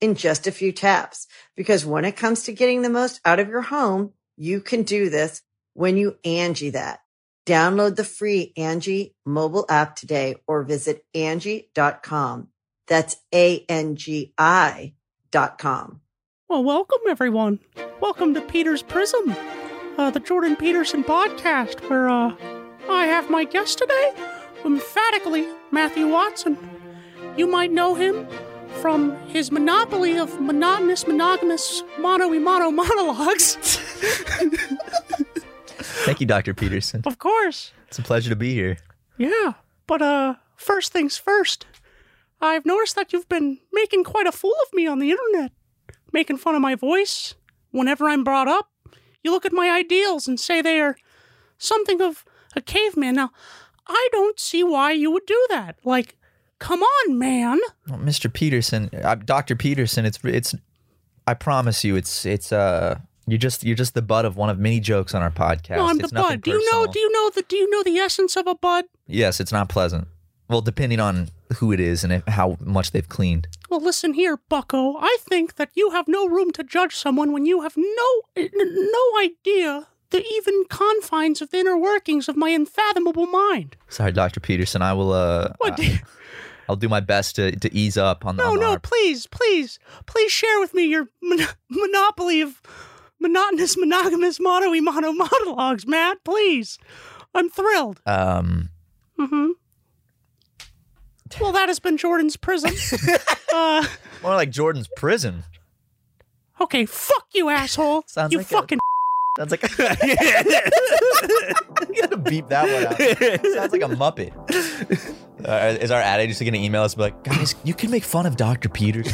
in just a few taps. Because when it comes to getting the most out of your home, you can do this when you Angie that. Download the free Angie mobile app today or visit Angie.com. That's A-N-G-I dot com. Well, welcome everyone. Welcome to Peter's Prism, uh, the Jordan Peterson podcast, where uh, I have my guest today, emphatically Matthew Watson. You might know him from his monopoly of monotonous, monogamous, mono mono monologues. Thank you, Dr. Peterson. of course, It's a pleasure to be here. yeah. But uh, first things first. I've noticed that you've been making quite a fool of me on the internet, making fun of my voice. Whenever I'm brought up, you look at my ideals and say they are something of a caveman. Now, I don't see why you would do that. Like, come on, man. Well, Mr. Peterson, uh, Dr. Peterson, it's it's I promise you it's it's uh you're just you're just the butt of one of many jokes on our podcast. No, I'm it's the bud. Do you know? Do you know the? Do you know the essence of a bud? Yes, it's not pleasant. Well, depending on who it is and if, how much they've cleaned. Well, listen here, Bucko. I think that you have no room to judge someone when you have no n- no idea the even confines of the inner workings of my unfathomable mind. Sorry, Dr. Peterson, I will uh What? I, will do my best to, to ease up on the no, on no. our- Please, please, please share with me your mon- monopoly of monotonous, monogamous, mono mono monologues, Matt. Please, I'm thrilled. um hmm Well, that has been Jordan's prism. uh, more like Jordan's prison. Okay, fuck you, asshole. Sounds you like a- fucking. Sounds like you gotta beep that one out. Sounds like a muppet. Uh, is our ad agency gonna email us and be like, guys, you can make fun of Dr. Peters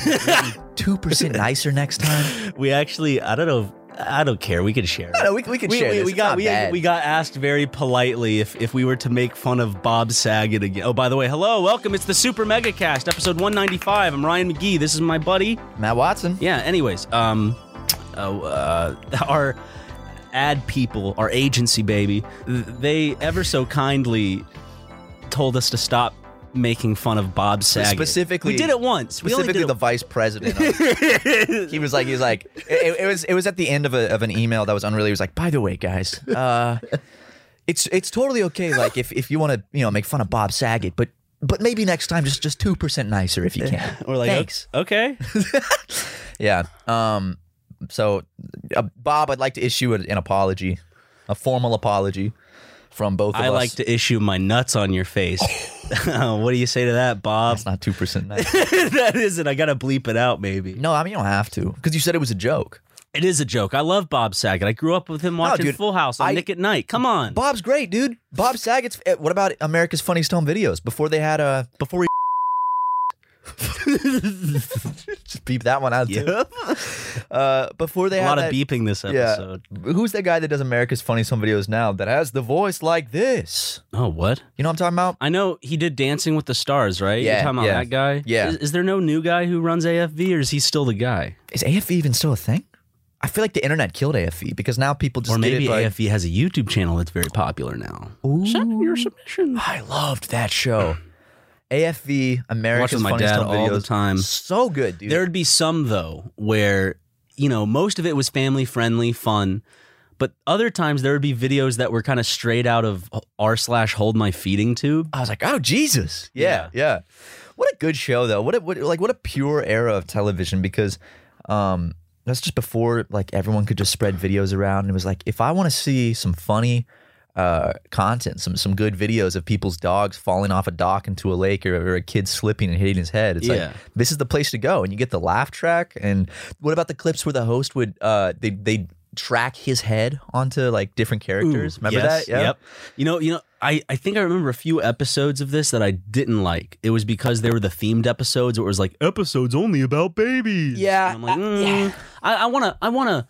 two percent nicer next time? We actually, I don't know. if- I don't care. We can share. No, no, we, we can we, share we, this. we It's got not we, bad. we got asked very politely if, if we were to make fun of Bob Saget again. Oh, by the way, hello, welcome. It's the Super Mega Cast, episode 195. I'm Ryan McGee. This is my buddy. Matt Watson. Yeah. Anyways, um, uh, uh, our ad people, our agency baby, th- they ever so kindly told us to stop making fun of Bob Saget. Specifically- we did it once. We only did Specifically, it the vice president. he was like, he was like, it, it was, it was at the end of, a, of an email that was unreal. He was like, by the way, guys, uh, it's it's totally okay. Like if, if you want to, you know, make fun of Bob Saget, but but maybe next time just just two percent nicer if you can. We're like, thanks. okay. Yeah. Um. So, uh, Bob, I'd like to issue an, an apology, a formal apology from both of I us. like to issue my nuts on your face. what do you say to that, Bob? It's not two percent nice. that isn't. I gotta bleep it out. Maybe no, I mean you don't have to because you said it was a joke. it is a joke. I love Bob Saget. I grew up with him watching dude, Full House on I- Nick at Night. Come on, Bob's great, dude. Bob Saget's. eh, What about America's Funniest Home Videos? Before they had a before he. just beep that one out. Too. Yeah. Uh, before they A had lot of that- beeping this Yeah. episode. Who's the guy that does America's Funniest Home Videos now that has the voice like this? Oh, what? You know what I'm talking about? I know he did Dancing with the Stars, right? Yeah, You're talking about yeah. that guy? Yeah. Is, is there no new guy who runs AFV, or is he still the guy? Is AFE even still a thing? I feel like the internet killed AFE because now people just or get maybe it by- AFV has a E YouTube channel that's very popular now. Send in your submission. I loved that show. AFV Watch America's with my Funniest dad Home all Videos. the time. So good, dude. There'd be some though where you know most of it was family friendly, fun, but other times there would be videos that were kind of straight out of r slash hold my feeding tube. I was like, oh Jesus, yeah, yeah. What a good show though. What a, what like what a pure era of television because um That's just before like everyone could just spread videos around. And it was like, if I want to see some funny uh, content, some some good videos of people's dogs falling off a dock into a lake or, or a kid slipping and hitting his head, it's Yeah. like this is the place to go. And you get the laugh track. And what about the clips where the host would uh, they they track his head onto like different characters? Remember Yes, that? Yeah. Yep. You know, you know, I, I think I remember a few episodes of this that I didn't like. It was because they were the themed episodes where it was like episodes only about babies. Yeah, And I'm like, mm, I, I wanna I wanna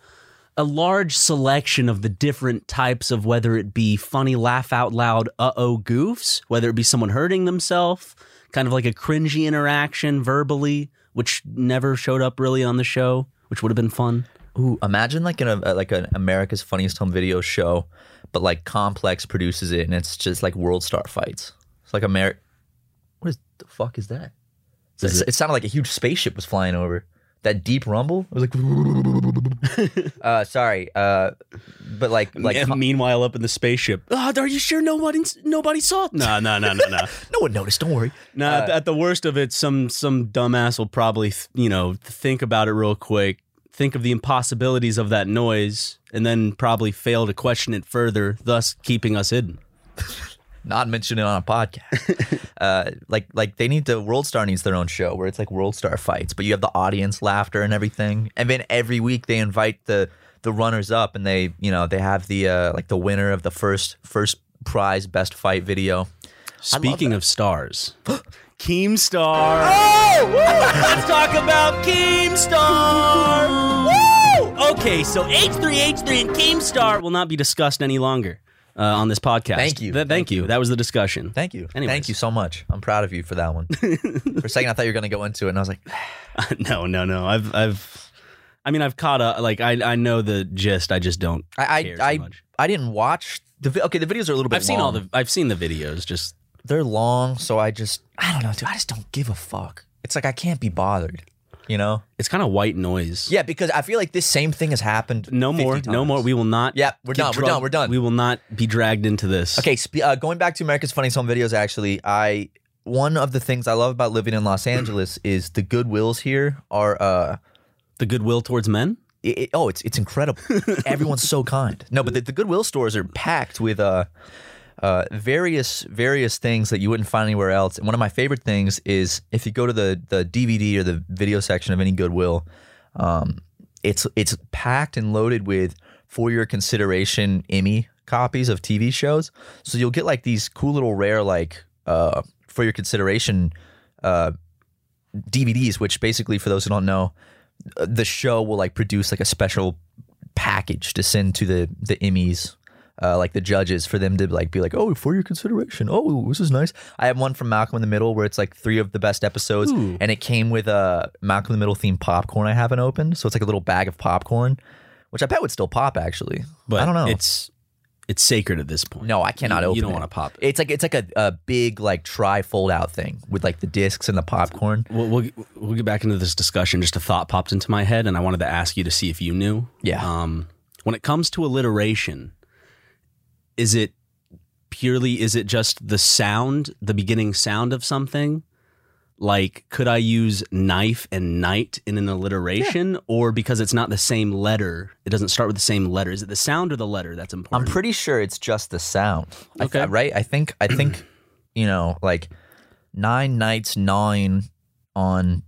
a large selection of the different types of whether it be funny laugh out loud uh oh goofs, whether it be someone hurting themselves, kind of like a cringy interaction verbally, which never showed up really on the show, which would have been fun. Ooh, imagine like an uh, like an America's Funniest Home Video show, but like Complex produces it, and it's just like world star fights. It's like Amer. What is the fuck is that? Is It's- it? sounded like a huge spaceship was flying over. That deep rumble. It was like. uh, sorry. Uh, but like like Yeah, meanwhile, up in the spaceship. Oh, are you sure nobody nobody saw it? Uh. No, no, no, no, no. no one noticed. Don't worry. no at, at the worst of it, some some dumbass will probably th- you know think about it real quick, think of the impossibilities of that noise, and then probably fail to question it further, thus keeping us hidden. Not mention it on a podcast. uh, like like they need to. World Star needs their own show where it's like World Star fights, but you have the audience laughter and everything. And then every week they invite the the runners up, and they you know they have the uh, like the winner of the first first prize best fight video. Speaking of stars, Keemstar. Oh, let's talk about Keemstar. Woo! Okay, so H3H3 and Keemstar will not be discussed any longer uh, on this podcast. Thank you. Th- thank, Thank you. That was the discussion. Thank you, Anyways. thank you so much. I'm proud of you for that one. for a second, I thought you were gonna go into it, and I was like, no, no, no. I've, I've, I mean, I've caught up. Like, I, I know the gist. I just don't. I care so I I, much. I didn't watch the vi- okay. The videos are a little bit. I've seen all long. the. I've seen the videos. Just they're long, so I just I don't know, dude. I just don't give a fuck. It's like I can't be bothered, you know? it's kind of white noise. Yeah, because I feel like this same thing has happened. No 50 more. No times. more. We will not. Yeah, we're get done, we're drug- done, we're done. We will not be dragged into this. Okay, sp- uh, going back to America's Funniest Home Videos, actually, I one of the things I love about living in Los Angeles is the goodwills here are. uh The goodwill towards men. it, it- oh, it's it's incredible. Everyone's so kind. No, but the, the Goodwill stores are packed with uh, uh, various various things that you wouldn't find anywhere else. And one of my favorite things is if you go to the the DVD or the video section of any Goodwill, um, it's it's packed and loaded with for your consideration Emmy copies of TV shows. So you'll get like these cool little rare like uh, for your consideration. Uh, DVDs, which basically, for those who don't know, uh, the show will like produce like a special package to send to the the Emmys, uh, like the judges, for them to like be like, oh, for your consideration. Oh, this is nice. I have one from Malcolm in the Middle where it's like three of the best episodes, Ooh. and it came with a Malcolm in the Middle themed popcorn I haven't opened, so it's like a little bag of popcorn, which I bet would still pop actually. But I don't know. It's it's sacred at this point. no, I cannot you, open. You don't it. want to pop it. It's like it's like a, a big like tri fold out thing with like the discs and the popcorn. We'll, we'll we'll get back into this discussion. Just a thought popped into my head, and I wanted to ask you to see if you knew. Yeah. Um, when it comes to alliteration, is it purely is it just the sound, the beginning sound of something? Like, could I use knife and night in an alliteration, or because it's not the same letter, it doesn't start with the same letter? Is it the sound or the letter that's I'm important? pretty sure it's just the sound. I th- Okay. right? I think I think you know, like nine nights gnawing on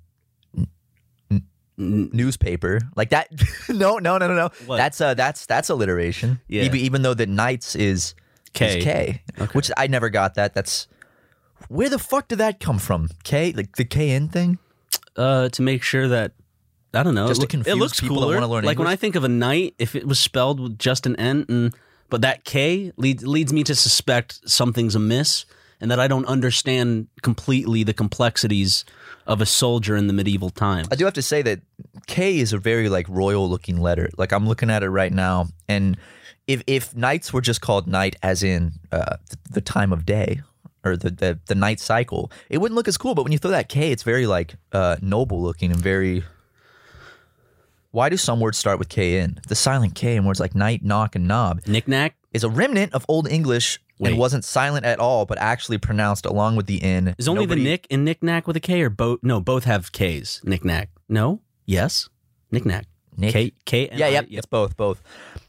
N- newspaper. Like that no, no, no, no, no. What? That's uh that's that's alliteration. Yeah. Even, even though the nights is K. is K. Which I never got that. That's where the fuck did that come from? K like the KN thing? uh, to make sure that I don't know. Just it to loo- confuse it looks people that cooler. wanna learn like when English? I think of a night, if it was spelled with just an N, mm, but that K leads leads me to suspect something's amiss, and that I don't understand completely the complexities of a soldier in the medieval time. I do have to say that K is a very like royal looking letter. Like I'm looking at it right now, and if if knights were just called knight as in uh, the, the time of day or the, the the night cycle, it wouldn't look as cool. But when you throw that K, it's very like uh, noble looking and very. Why do some words start with K in? The silent K in words like knight, knock, and knob Knickknack. is a remnant of Old English Wait. and wasn't silent at all, but actually pronounced along with the N. Is only Nobody- the Nick and knickknack with a K, or both? No, both have Ks. Knickknack. No. Yes. Knickknack. Nick. Kate, Kate, and Yeah, I- yep, yep. It's both, both.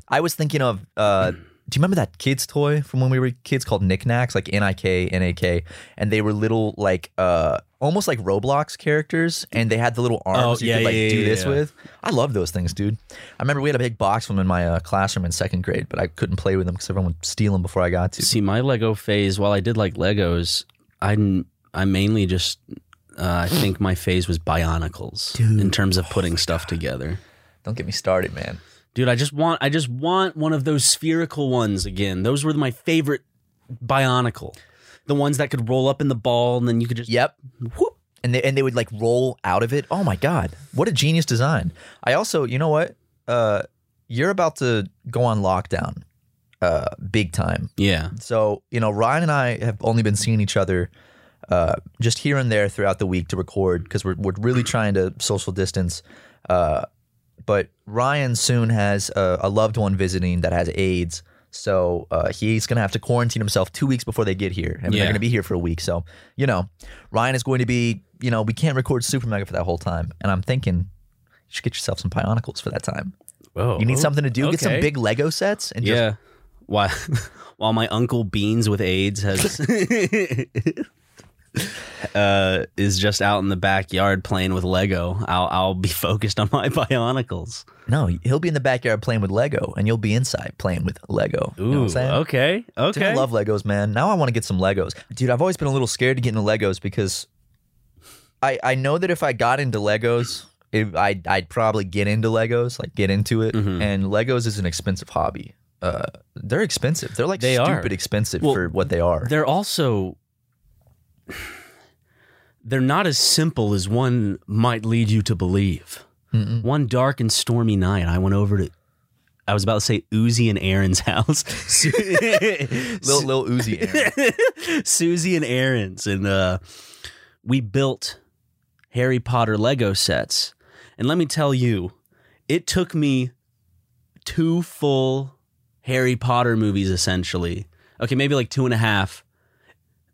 I was thinking of. Uh, do you remember that kids toy from when we were kids called knickknacks, like N I K N A K, and they were little like uh, almost like Roblox characters, and they had the little arms Oh, you yeah, could like yeah, do yeah, this yeah. with. I love those things, dude. I remember we had a big box of them in my uh, classroom in second grade, but I couldn't play with them because everyone would steal them before I got to. See, my Lego phase, while I did like Legos, I n- I mainly just uh, I think my phase was Bionicles in terms Oh of putting stuff together. Don't get me started, man. Dude, I just want I just want one of those spherical ones again. Those were my favorite Bionicle. The ones that could roll up in the ball and then you could just Yep. Whoop. And they and they would like roll out of it. Oh my god, what a genius design! I also, you know what? Uh, you're about to go on lockdown, uh, big time. Yeah. So you know, Ryan and I have only been seeing each other, uh, just here and there throughout the week to record because we're we're really trying to social distance. Uh, but Ryan soon has a, a loved one visiting that has AIDS. So uh, he's gonna have to quarantine himself two weeks before they get here, and they're Yeah. gonna be here for a week. So you know, Ryan is going to be you know we can't record Super Mega for that whole time. And I'm thinking, you should get yourself some Pionicles for that time. Whoa. You need something to do. Get some okay. big Lego sets and just Yeah. Why while my uncle Beans with AIDS has uh is just out in the backyard playing with Lego, I'll I'll be focused on my Bionicles. No, he'll be in the backyard playing with Lego, and you'll be inside playing with Lego. you know what I'm saying? okay. Dude, I love Legos, man. Now I want to get some Legos. Dude, I've always been a little scared to get into Legos because I I know that if I got into Legos, it, I I'd probably get into Legos, like get into it. Mm-hmm. And Legos is an expensive hobby. Uh, they're expensive. They're like They are. stupid expensive Well, for what they are. they're also they're not as simple as one might lead you to believe. One dark and stormy night, I went over to I was about to say Uzi and Aaron's house. Su- Lil Lil Uzi. Aaron. Susie and Aaron's, and uh, we built Harry Potter Lego sets. And let me tell you, it took me two full Harry Potter movies, essentially. Okay, maybe like two and a half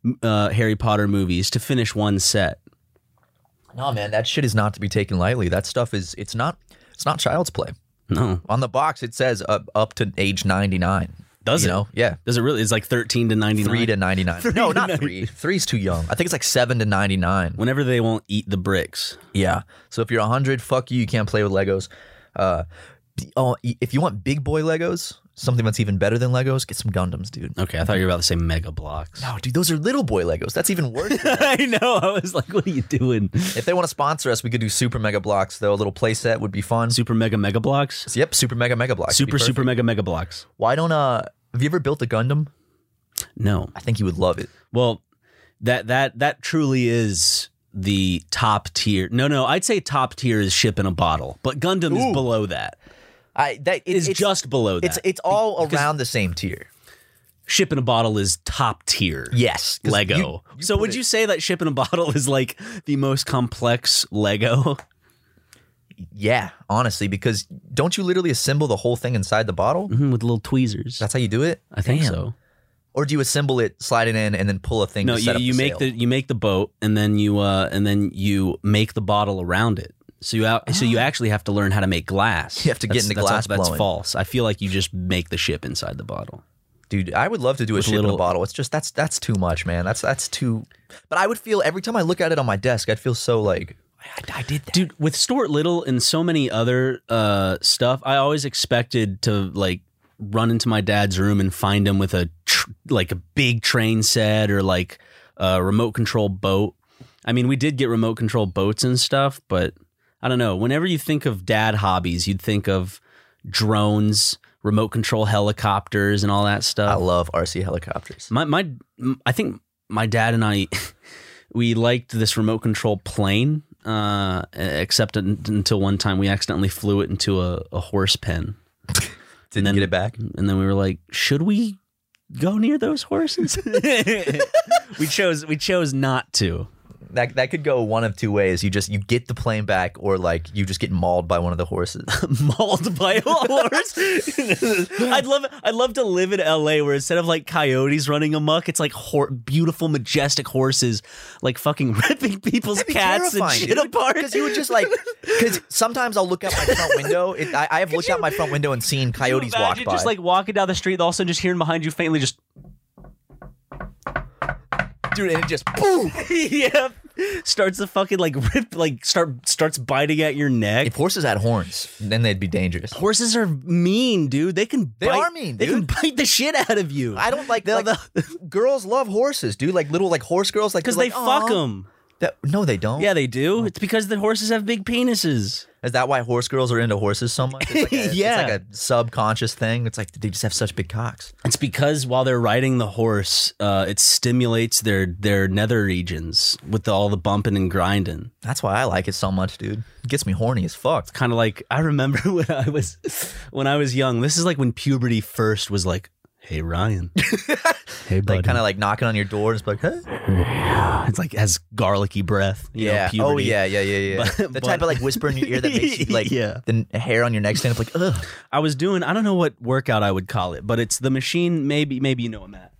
m- uh, Harry Potter movies to finish one set. no, man, that shit is not to be taken lightly. That stuff is it's not it's not child's play. No, On the box, it says up, up to age 99. does you it? know? Yeah. Does it really? It's like thirteen to ninety Three nine. to 99. no, not three. Three's too young. I think it's like seven to 99. Whenever they won't eat the bricks. Yeah. So if you're 100, fuck you. You can't play with Legos. Uh, d- oh, y- if you want big boy Legos, something that's even better than Legos, get some Gundams, dude. Okay, I thought you were about to say mega blocks. No, dude, those are little boy Legos. That's even worse. I know. I was like, what are you doing? if they want to sponsor us, we could do Super Mega Blocks, though. A little playset would be fun. Super mega mega blocks. Yep, Super Mega Mega Blocks. would be super super perfect. mega mega blocks Why don't, uh, have you ever built a Gundam? no I think you would love it. well that that that truly is the top tier no no i'd say top tier is ship in a bottle but gundam is below that I, that it is it's- just below that It's, it's all around the same tier. ship in a bottle is top tier Yes. 'cause lego you- you so put would it- you say that ship in a bottle is like the most complex lego Yeah, honestly, because don't you literally assemble the whole thing inside the bottle? Mhm, with little tweezers That's how you do it? i think Damn. so Or do you assemble it, slide it in, and then pull a thing no to you, set up you the make sale? the you make the boat and then you uh and then you make the bottle around it so you out, so you actually have to learn how to make glass Ah. You have to get That's- into that's glass that's blowing. false i feel like you just make the ship inside the bottle Dude, I would love to do a ship in a little- bottle. It's just that's that's too much, man. That's that's too But I would feel every time I look at it on my desk, I'd feel so like I, I did that. dude with stuart little and so many other uh stuff i always expected to like run into my dad's room and find him with a tr- like a big train set or like a remote control boat i mean we did get remote control boats and stuff but i don't know whenever you think of dad hobbies you'd think of drones remote control helicopters and all that I stuff love RC helicopters. my my m- I think my dad and I we liked this remote control plane uh except un- until one time we accidentally flew it into a, a horse pen Didn't then- get it back. and then we were like should we go near those horses we chose we chose not to that that could go one of two ways. You just you get the plane back, or like you just get mauled by one of the horses. mauled by a horse. I'd love I'd love to live in LA where instead of like coyotes running amok, it's like hor- beautiful majestic horses like fucking ripping people's cats and shit apart. Because you would just like, because sometimes I'll look out my front window. It, I, I have looked out my front window and seen Can you coyotes walk imagine by. just like walking down the street and all of a sudden just hearing behind you faintly just dude, and it just boom. yep. Starts to fucking like rip like start starts biting at your neck. If horses had horns, then they'd be dangerous. Horses are mean, dude. They can They bite, are mean, They can bite the shit out of you. I don't like, They'll- like girls love horses, dude. Like little like horse girls, like because like, they fuck "Aw." them. That, no, they don't. Yeah, they do. It's because the horses have big penises. Is that why horse girls are into horses so much? It's like a, Yeah. It's like a subconscious thing. It's like they just have such big cocks. It's because while they're riding the horse, uh, it stimulates their their nether regions with all the bumping and grinding. That's why I like it so much, dude. It gets me horny as fuck. Kind of like I remember when I was when I was young. This is like when puberty first was like, "Hey Ryan, hey buddy." Like kind of like knocking on your door and it's like, huh? it's like has garlicky breath. you know, oh puberty. yeah, yeah, yeah, yeah. But- the but- type of like whisper in your ear that makes you like Yeah. the n- hair on your neck stand up like, ugh. I was doing I don't know what workout I would call it, but it's the machine maybe maybe you know it, Matt.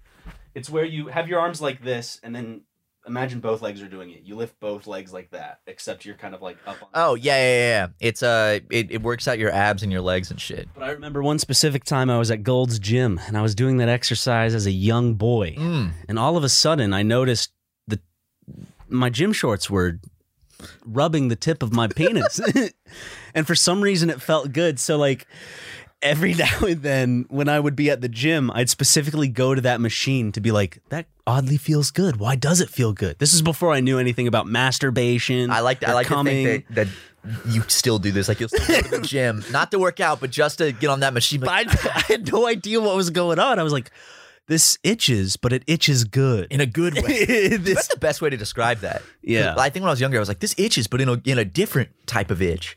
It's where you have your arms like this and then imagine both legs are doing it. You lift both legs like that, except you're kind of like up on Oh yeah, yeah, yeah. It's uh, it, it works out your abs and your legs and shit. But I remember one specific time I was at Gold's Gym and I was doing that exercise as a young boy. Mm. And all of a sudden I noticed the my gym shorts were rubbing the tip of my penis. and for some reason it felt good. So like every now and then when I would be at the gym, I'd specifically go to that machine to be like, that oddly feels good. Why does it feel good? This is before I knew anything about masturbation. I like I or like coming. to think that, that you still do this. Like you'll still go to the gym, not to work out, but just to get on that machine. Like, I, I had no idea what was going on. I was like, this itches, but it itches good. in a good way. That's This- the best way to describe that. Yeah. I think when I was younger, I was like, this itches, but in a, in a different type of itch.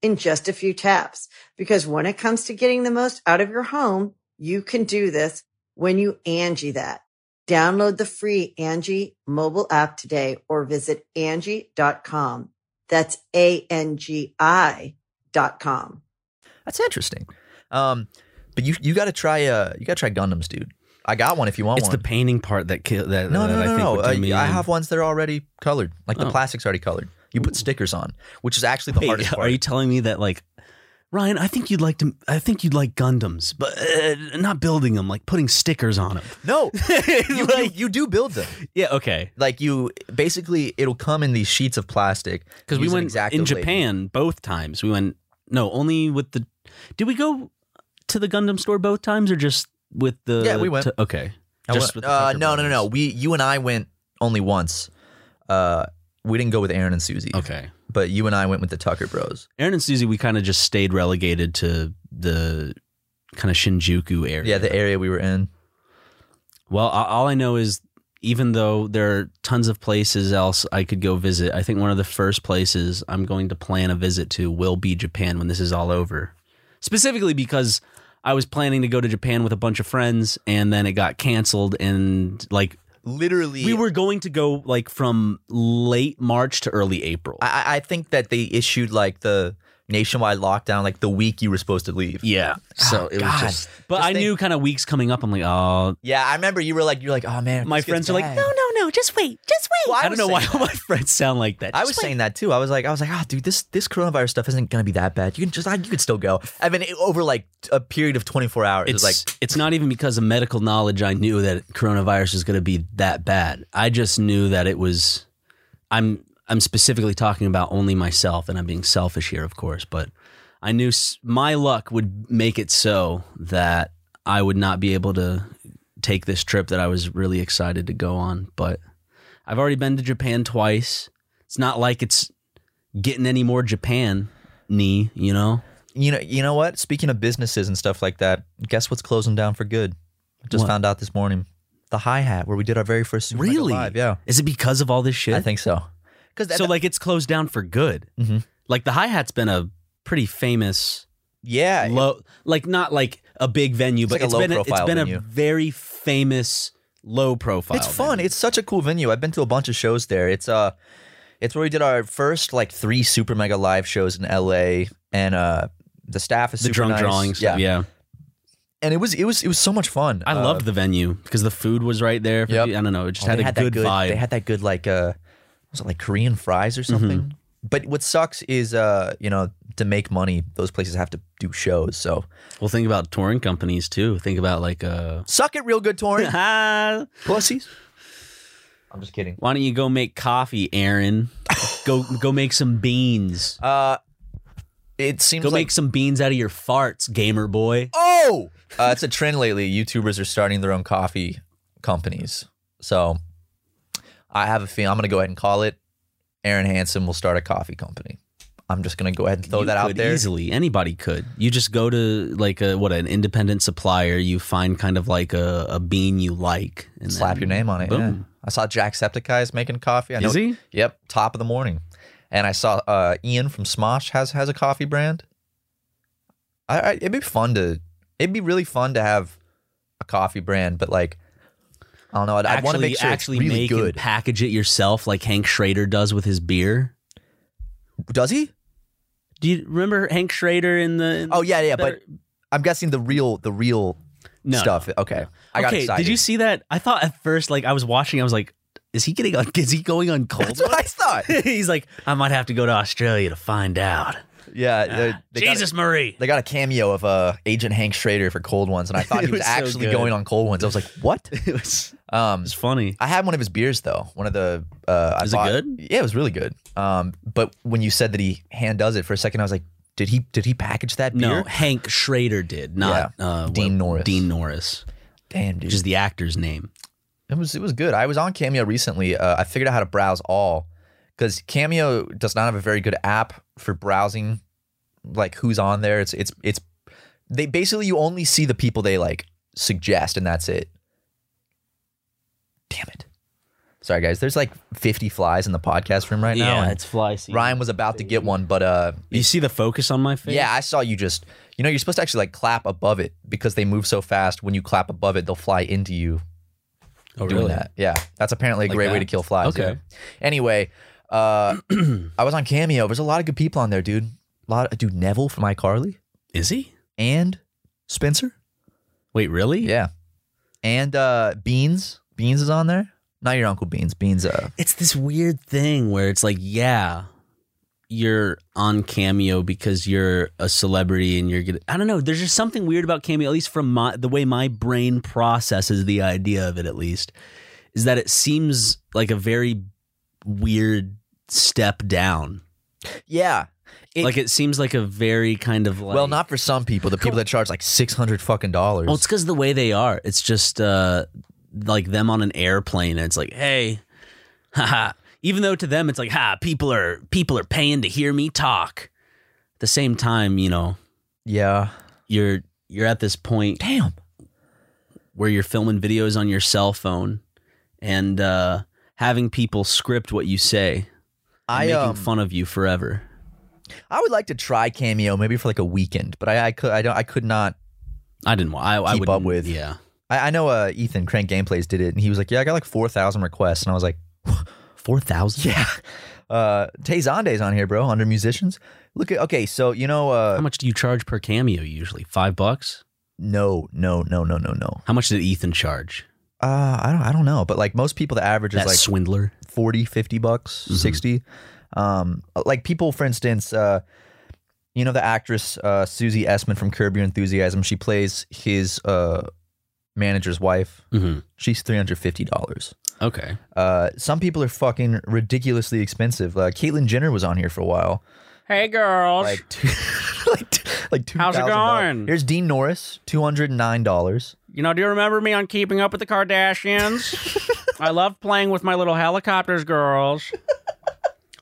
in just a few taps. Because when it comes to getting the most out of your home, you can do this when you Angie that. Download the free Angie mobile app today or visit Angie.com. That's A-N-G-I dot com. That's interesting. Um, but you, you gotta try, uh, you gotta try Gundams, dude. I got one if you want It's one. the painting part that kill that. no, that no, no, I think no. would do Uh, me I in. have ones that are already colored. Like the Oh. plastic's already colored. You put stickers on, which is actually the Wait, hardest part. Are you telling me that like Ryan? I think you'd like to. I think you'd like Gundams, but uh, not building them. Like putting stickers on them. no, you, you- Like- you do build them. yeah. Okay. Like you, basically, it'll come in these sheets of plastic. Because we Use an went X-Acto in blade. Japan both times. We went no only with the. Did we go to the Gundam store both times or just with the? Yeah, we went. to- okay. I Just went- with the uh, Tucker no, no, no, no. Brothers. We, you and I went only once. Uh, we didn't go with Aaron and Susie. Okay. but you and I went with the Tucker Bros. Aaron and Susie, we kind of just stayed relegated to the kind of Shinjuku area. Yeah, the area we were in. well, a- all I know is even though there are tons of places else I could go visit, I think one of the first places I'm going to plan a visit to will be Japan when this is all over. Specifically because I was planning to go to Japan with a bunch of friends and then it got canceled and like Literally, we were going to go like from late March to early April. I, I- I think that they issued like the nationwide lockdown like the week you were supposed to leave. yeah. So Oh, it God. was just But Just I think- knew kind of weeks coming up I'm like, "Oh, Yeah, I remember you were like, you're like, oh man, if my this gets friends are like, bad." no, no, no, Just wait. Just wait. Well, I, was don't know why saying all that. my friends sound like that. I Just was wait. saying that too. I was like, I was like, oh, dude, this this coronavirus stuff isn't gonna be that bad. You can just, I, you could still go. I mean, it- over like a period of 24 hours, it's it's like, it's not even because of medical knowledge I knew that coronavirus was going to be that bad. I just knew that it was I'm I'm specifically talking about only myself and I'm being selfish here of course, but I knew s- my luck would make it so that I would not be able to take this trip that I was really excited to go on, but I've already been to Japan twice. It's not like it's getting any more Japan knee, you know? you know, you know what? Speaking of businesses and stuff like that, guess what's closing down for good? I just What? found out this morning. The Hi Hat, where we did our very first Super Mega Really? live. Yeah, Is it because of all this shit? I think so. Because so like it's closed down for good. Mhm. Like the hi hat's been a pretty famous Uh, yeah, low, like not like a big venue, but like a it's been it's low-profile been venue. a very famous low profile. It's fun. It's such a cool venue. I've been to a bunch of shows there. It's uh it's where we did our first like three super mega live shows in LA and uh the staff is the super drunk nice. drawing stuff. Yeah, And it was it was it was so much fun. I Uh, loved the venue because the food was right there. For Yep. you. I don't know. It just oh, had they a that good, vibe. Mm-hmm. They had that good like uh was it like Korean fries or something? But what sucks is uh you know to make money those places have to do shows. So well, think about touring companies too. Think about like uh, suck it real good Torin. ah, Pussies. I'm just kidding. why don't you go make coffee, Aaron? go go make some beans. Uh it seems Go like make some beans out of your farts, gamer boy. Oh, uh, it's a trend lately. YouTubers are starting their own coffee companies. So I have a feeling I'm going to go ahead and call it. Aaron Hansen will start a coffee company. I'm just going to go ahead and throw You that out could there. Easily, anybody could. You just go to like a what an independent supplier. You find kind of like a, a bean you like and Slap then your name on it. Yeah. Boom. I saw Jacksepticeye is making coffee. I know, Is he? Yep, top of the morning. And I saw uh, Ian from Smosh has has a coffee brand. I, I it'd be fun to it'd be really fun to have a coffee brand, but like I don't know. I'd, I'd want to Actually, make sure actually it's really make good. and package it yourself, like Hank Schrader does with his beer. Does he? Do you remember Hank Schrader in the? in Oh yeah, yeah, Better- but I'm guessing the real the real no, stuff. Okay, I got okay, excited. did you see that? I thought at first, like I was watching, I was like, "Is he getting? On, is he going on cold?" That's what I thought. He's like, "I might have to go to Australia to find out." Yeah, they, they Ah, Jesus Got Marie. a, they got a cameo of uh, Agent Hank Schrader for Cold Ones, and I thought It he was, was so actually good. going on Cold Ones. I was like, what? it was Um, it's funny. I had one of his beers though. One of the uh, I Is it bought- good? Yeah, it was really good. Um, but when you said that he hand does it for a second, I was like, did he did he package that No, beer? Hank Schrader did not uh, Dean what- Norris. Dean Norris, Damn, dude. which is the actor's name. It was it was good. I was on Cameo recently. Uh, I figured out how to browse all because Cameo does not have a very good app for browsing, like who's on there. It's it's it's they basically you only see the people they like suggest, and that's it. Damn it! Sorry guys, there's like 50 flies in the podcast room right now. and fly season. Ryan was about to get one, but uh, You see the focus on my face? yeah, I saw you just. You know, you're supposed to actually like clap above it because they move so fast. When you clap above it, they'll fly into you oh, doing really? that. Yeah, that's apparently a Like great way that? to kill flies. Okay. yeah. Anyway, uh, I was on Cameo. There's a lot of good people on there, dude. A lot, of, dude. Neville from iCarly Is he? and Spencer. Wait, really? Yeah, and uh, Beans. Beans is on there. Not your uncle Beans. Beans. Uh, It's this weird thing where it's like, yeah, you're on Cameo because you're a celebrity and you're gonna. I don't know. There's just something weird about Cameo, at least from my the way my brain processes the idea of it. At least is that it seems like a very weird step down yeah. It- like it seems like a very kind of like well, not for some people. The people that charge like six hundred fucking dollars. well it's because the way they are it's just uh like them on an airplane and it's like hey haha even though to them it's like ha people are people are paying to hear me talk at the same time you know yeah. you're you're at this point Damn. where you're filming videos on your cell phone and uh having people script what you say and I making um, fun of you forever I would like to try Cameo maybe for like a weekend, but I I could I don't I could not i didn't wa- i, I Keep up wouldn't- with. yeah I, I know uh, Ethan Crank Gameplays did it, and he was like, "Yeah, I got like four thousand requests," and I was like, four thousand "Yeah." Uh, Tay Zonde's on here, bro. Under musicians, look at okay. So you know, how uh, much do you charge per cameo usually five bucks no, no, no, no, no, no. How much did Ethan charge? Uh, uh, I don't, I don't know, but like most people, the average is That like swindler. 40 50 bucks 60 um like people for instance uh you know the actress uh susie essman from curb your enthusiasm she plays his uh manager's wife Mhm. she's 350 dollars Okay. uh some people are fucking ridiculously expensive uh caitlyn jenner was on here for a while Hey, girls. like two, like, t- like two How's it going? here's dean norris 209 dollars You know, do you remember me on Keeping Up with the Kardashians? I love playing with my little helicopters, girls.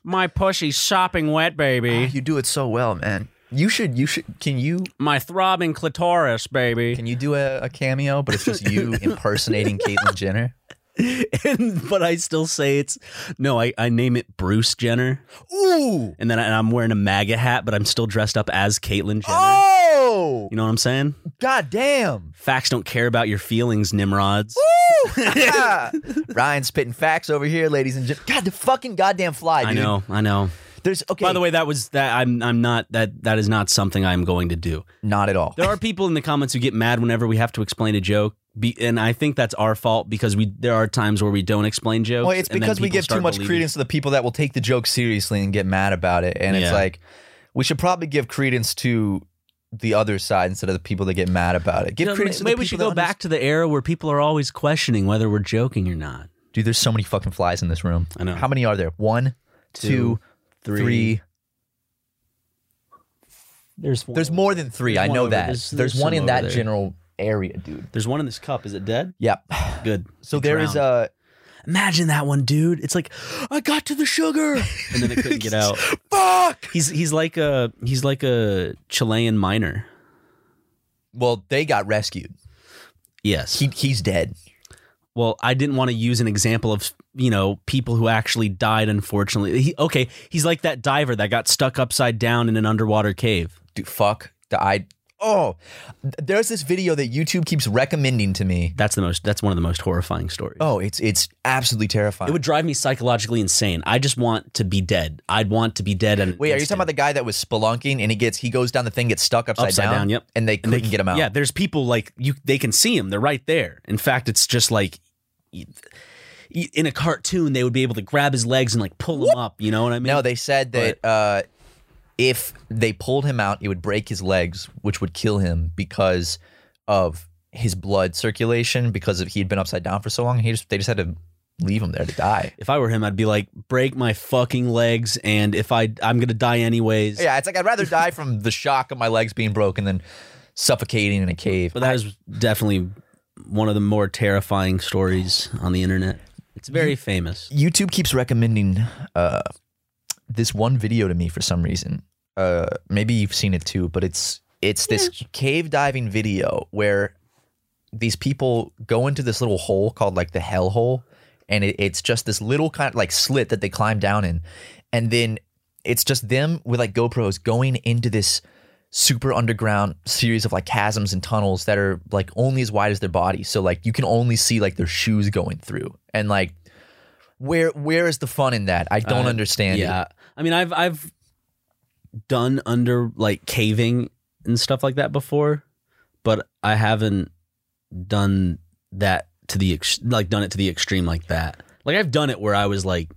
My pussy's sopping wet, baby. you do it so well man you should you should can you My throbbing clitoris, baby. Can you do a, a cameo, but it's just you impersonating Caitlyn Jenner? and, but I still say it's no. I, I name it Bruce Jenner, Ooh! and then I, and I'm wearing a MAGA hat, but I'm still dressed up as Caitlyn Jenner. Oh! You know what I'm saying? God damn! Facts don't care about your feelings, Nimrods. Ah! Ryan spitting facts over here, ladies and gentlemen. God, the fucking goddamn fly, dude. I know, I know. There's okay. By the way, that was that. I'm I'm not that that is not something I'm going to do. not at all. There are people in the comments who get mad whenever we have to explain a joke. Be, and I think that's our fault because we there are times where we don't explain jokes. Well, it's and then because we people give too start much believing- credence to the people that will take the joke seriously and get mad about it, and it's Yeah. like we should probably give credence to the other side instead of the people that get mad about it. Give You know, credence. to the maybe we should people that go back to the era where people are always questioning whether we're joking or not. understand- Dude, there's so many fucking flies in this room. I know. How many are there? One, two, Two, three. There's one. There's more than three. There's I one know over- that. There's, there's- there's one some in over that there. general area, dude. There's one in this cup. Is it dead? Yep. Good. So It there is drowned. a Imagine that one, dude. It's like I got to the sugar, and then it couldn't get out. fuck. He's he's like a he's like a Chilean miner. Well, they got rescued. Yes. He, he's dead. well, I didn't want to use an example of you know people who actually died. Unfortunately, he, okay, he's like that diver that got stuck upside down in an underwater cave. Dude, fuck. Died. Oh, Th- there's this video that YouTube keeps recommending to me. That's the most. That's one of the most horrifying stories. Oh, it's it's absolutely terrifying. It would drive me psychologically insane. I just want to be dead. I'd want to be dead. And Wait, are you talking about the guy that was spelunking and he gets he goes down the thing, gets stuck upside, Upside down, yep. and they couldn't get him out. Yeah, there's people like you. They can see him. They're right there. In fact, it's just like y- y- in a cartoon, they would be able to grab his legs and like pull him up. You know what I mean? No, they said that uh, if they pulled him out, it would break his legs, which would kill him because of his blood circulation. Because of, he had been upside down for so long, he just they just had to leave him there to die. if I were him, I'd be like, break my fucking legs, and if I, I'm gonna die anyways. Yeah, it's like I'd rather die from the shock of my legs being broken than suffocating in a cave. But that is definitely one of the more terrifying stories on the internet. It's very famous. YouTube keeps recommending uh, this one video to me for some reason. Uh, maybe you've seen it too, but it's it's this cave diving video where these people go into this little hole called like the hell hole, and it, it's just this little kind of like slit that they climb down in, and then it's just them with like GoPros going into this super underground series of like chasms and tunnels that are like only as wide as their body. So like you can only see like their shoes going through. And like where where is the fun in that? I don't Uh, understand. it. yeah, I mean, I've I've done under like caving and stuff like that before, but I haven't done that to the ex- like done it to the extreme like that. Like I've done it where I was like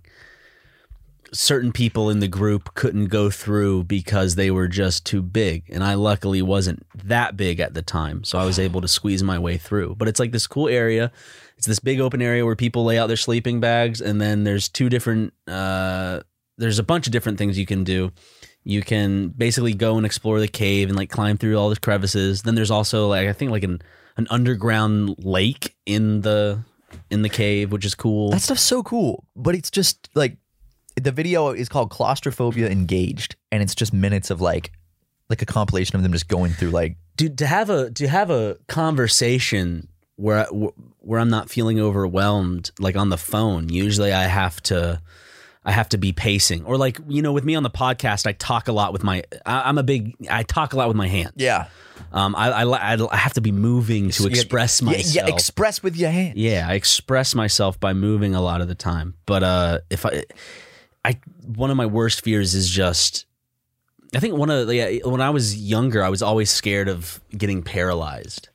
certain people in the group couldn't go through because they were just too big and I luckily wasn't that big at the time so I was able to squeeze my way through but it's like this cool area it's this big open area where people lay out their sleeping bags and then there's two different uh there's a bunch of different things you can do you can basically go and explore the cave and like climb through all the crevices then there's also like I think like an an underground lake in the in the cave which is cool That stuff's so cool, but it's just like the video is called Claustrophobia Engaged, and it's just minutes of like like a compilation of them just going through like dude to have a to have a conversation where I, where I'm not feeling overwhelmed like on the phone usually I have to I have to be pacing or like you know with me on the podcast I talk a lot with my I, I'm a big I talk a lot with my hands yeah um I I, li- I, I have to be moving to Yeah, express yeah, myself yeah express with your hand. yeah, I express myself by moving a lot of the time. But uh if I I one of my worst fears is just I think one of the yeah, when I was younger, I was always scared of getting paralyzed.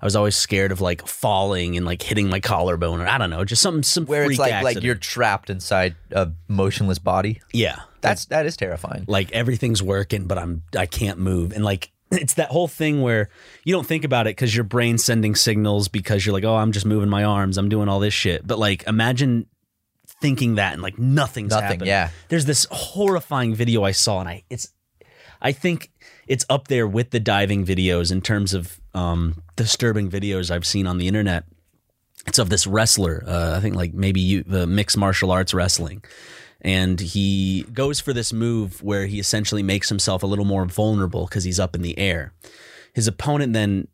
I was always scared of like falling and like hitting my collarbone or I don't know, just some some Where freak it's like accident. like you're trapped inside a motionless body. yeah. That's that is terrifying. like everything's working but i'm i can't move and like it's that whole thing where you don't think about it because your brain's sending signals because you're like oh i'm just moving my arms i'm doing all this shit but like imagine thinking that and like nothing's Nothing. happened. Yeah. there's this horrifying video i saw and i it's i think it's up there with the diving videos in terms of um disturbing videos i've seen on the internet it's of this wrestler uh, i think like maybe you the mixed martial arts wrestling and he goes for this move where he essentially makes himself a little more vulnerable because he's up in the air his opponent then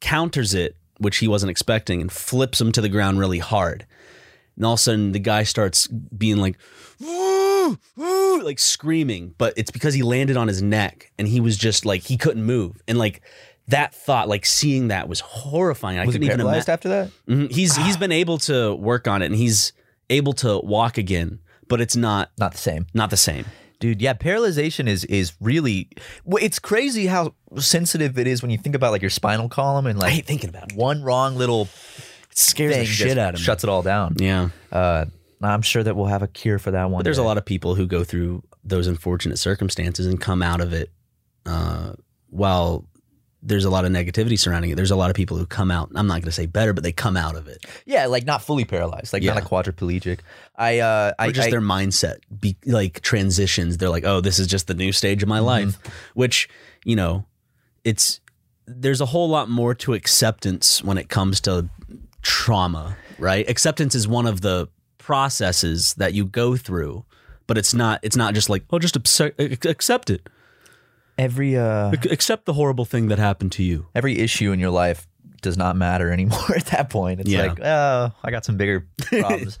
counters it which he wasn't expecting and flips him to the ground really hard and all of a sudden the guy starts being like "Ooh, ooh," like screaming but it's because he landed on his neck and he was just like he couldn't move and like that thought like seeing that was horrifying i Was he couldn't even imagine paralyzed after that? Mhm. He's he's been able to work on it, and he's able to walk again, but it's not Not the same. not the same. Dude, yeah, paralyzation is is really. Well, it's crazy how sensitive it is when you think about like your spinal column and I like hate thinking about it. one wrong little It scares thing the shit just out of me. shuts it all down. yeah, Uh, I'm sure that we'll have a cure for that one. but there's a day. lot of people who go through those unfortunate circumstances and come out of it. Uh, while there's a lot of negativity surrounding it, there's a lot of people who come out. I'm not going to say better, but they come out of it. Yeah, like not fully paralyzed, like Yeah. not a quadriplegic. I uh, or I just I- their mindset be, like transitions they're like oh this is just the new stage of my Mm-hmm. life which you know it's there's a whole lot more to acceptance when it comes to trauma right acceptance is one of the processes that you go through but it's not it's not just like oh just abse- accept it every uh, Ac- accept the horrible thing that happened to you every issue in your life does not matter anymore at that point. It's Yeah. like, oh, I got some bigger problems.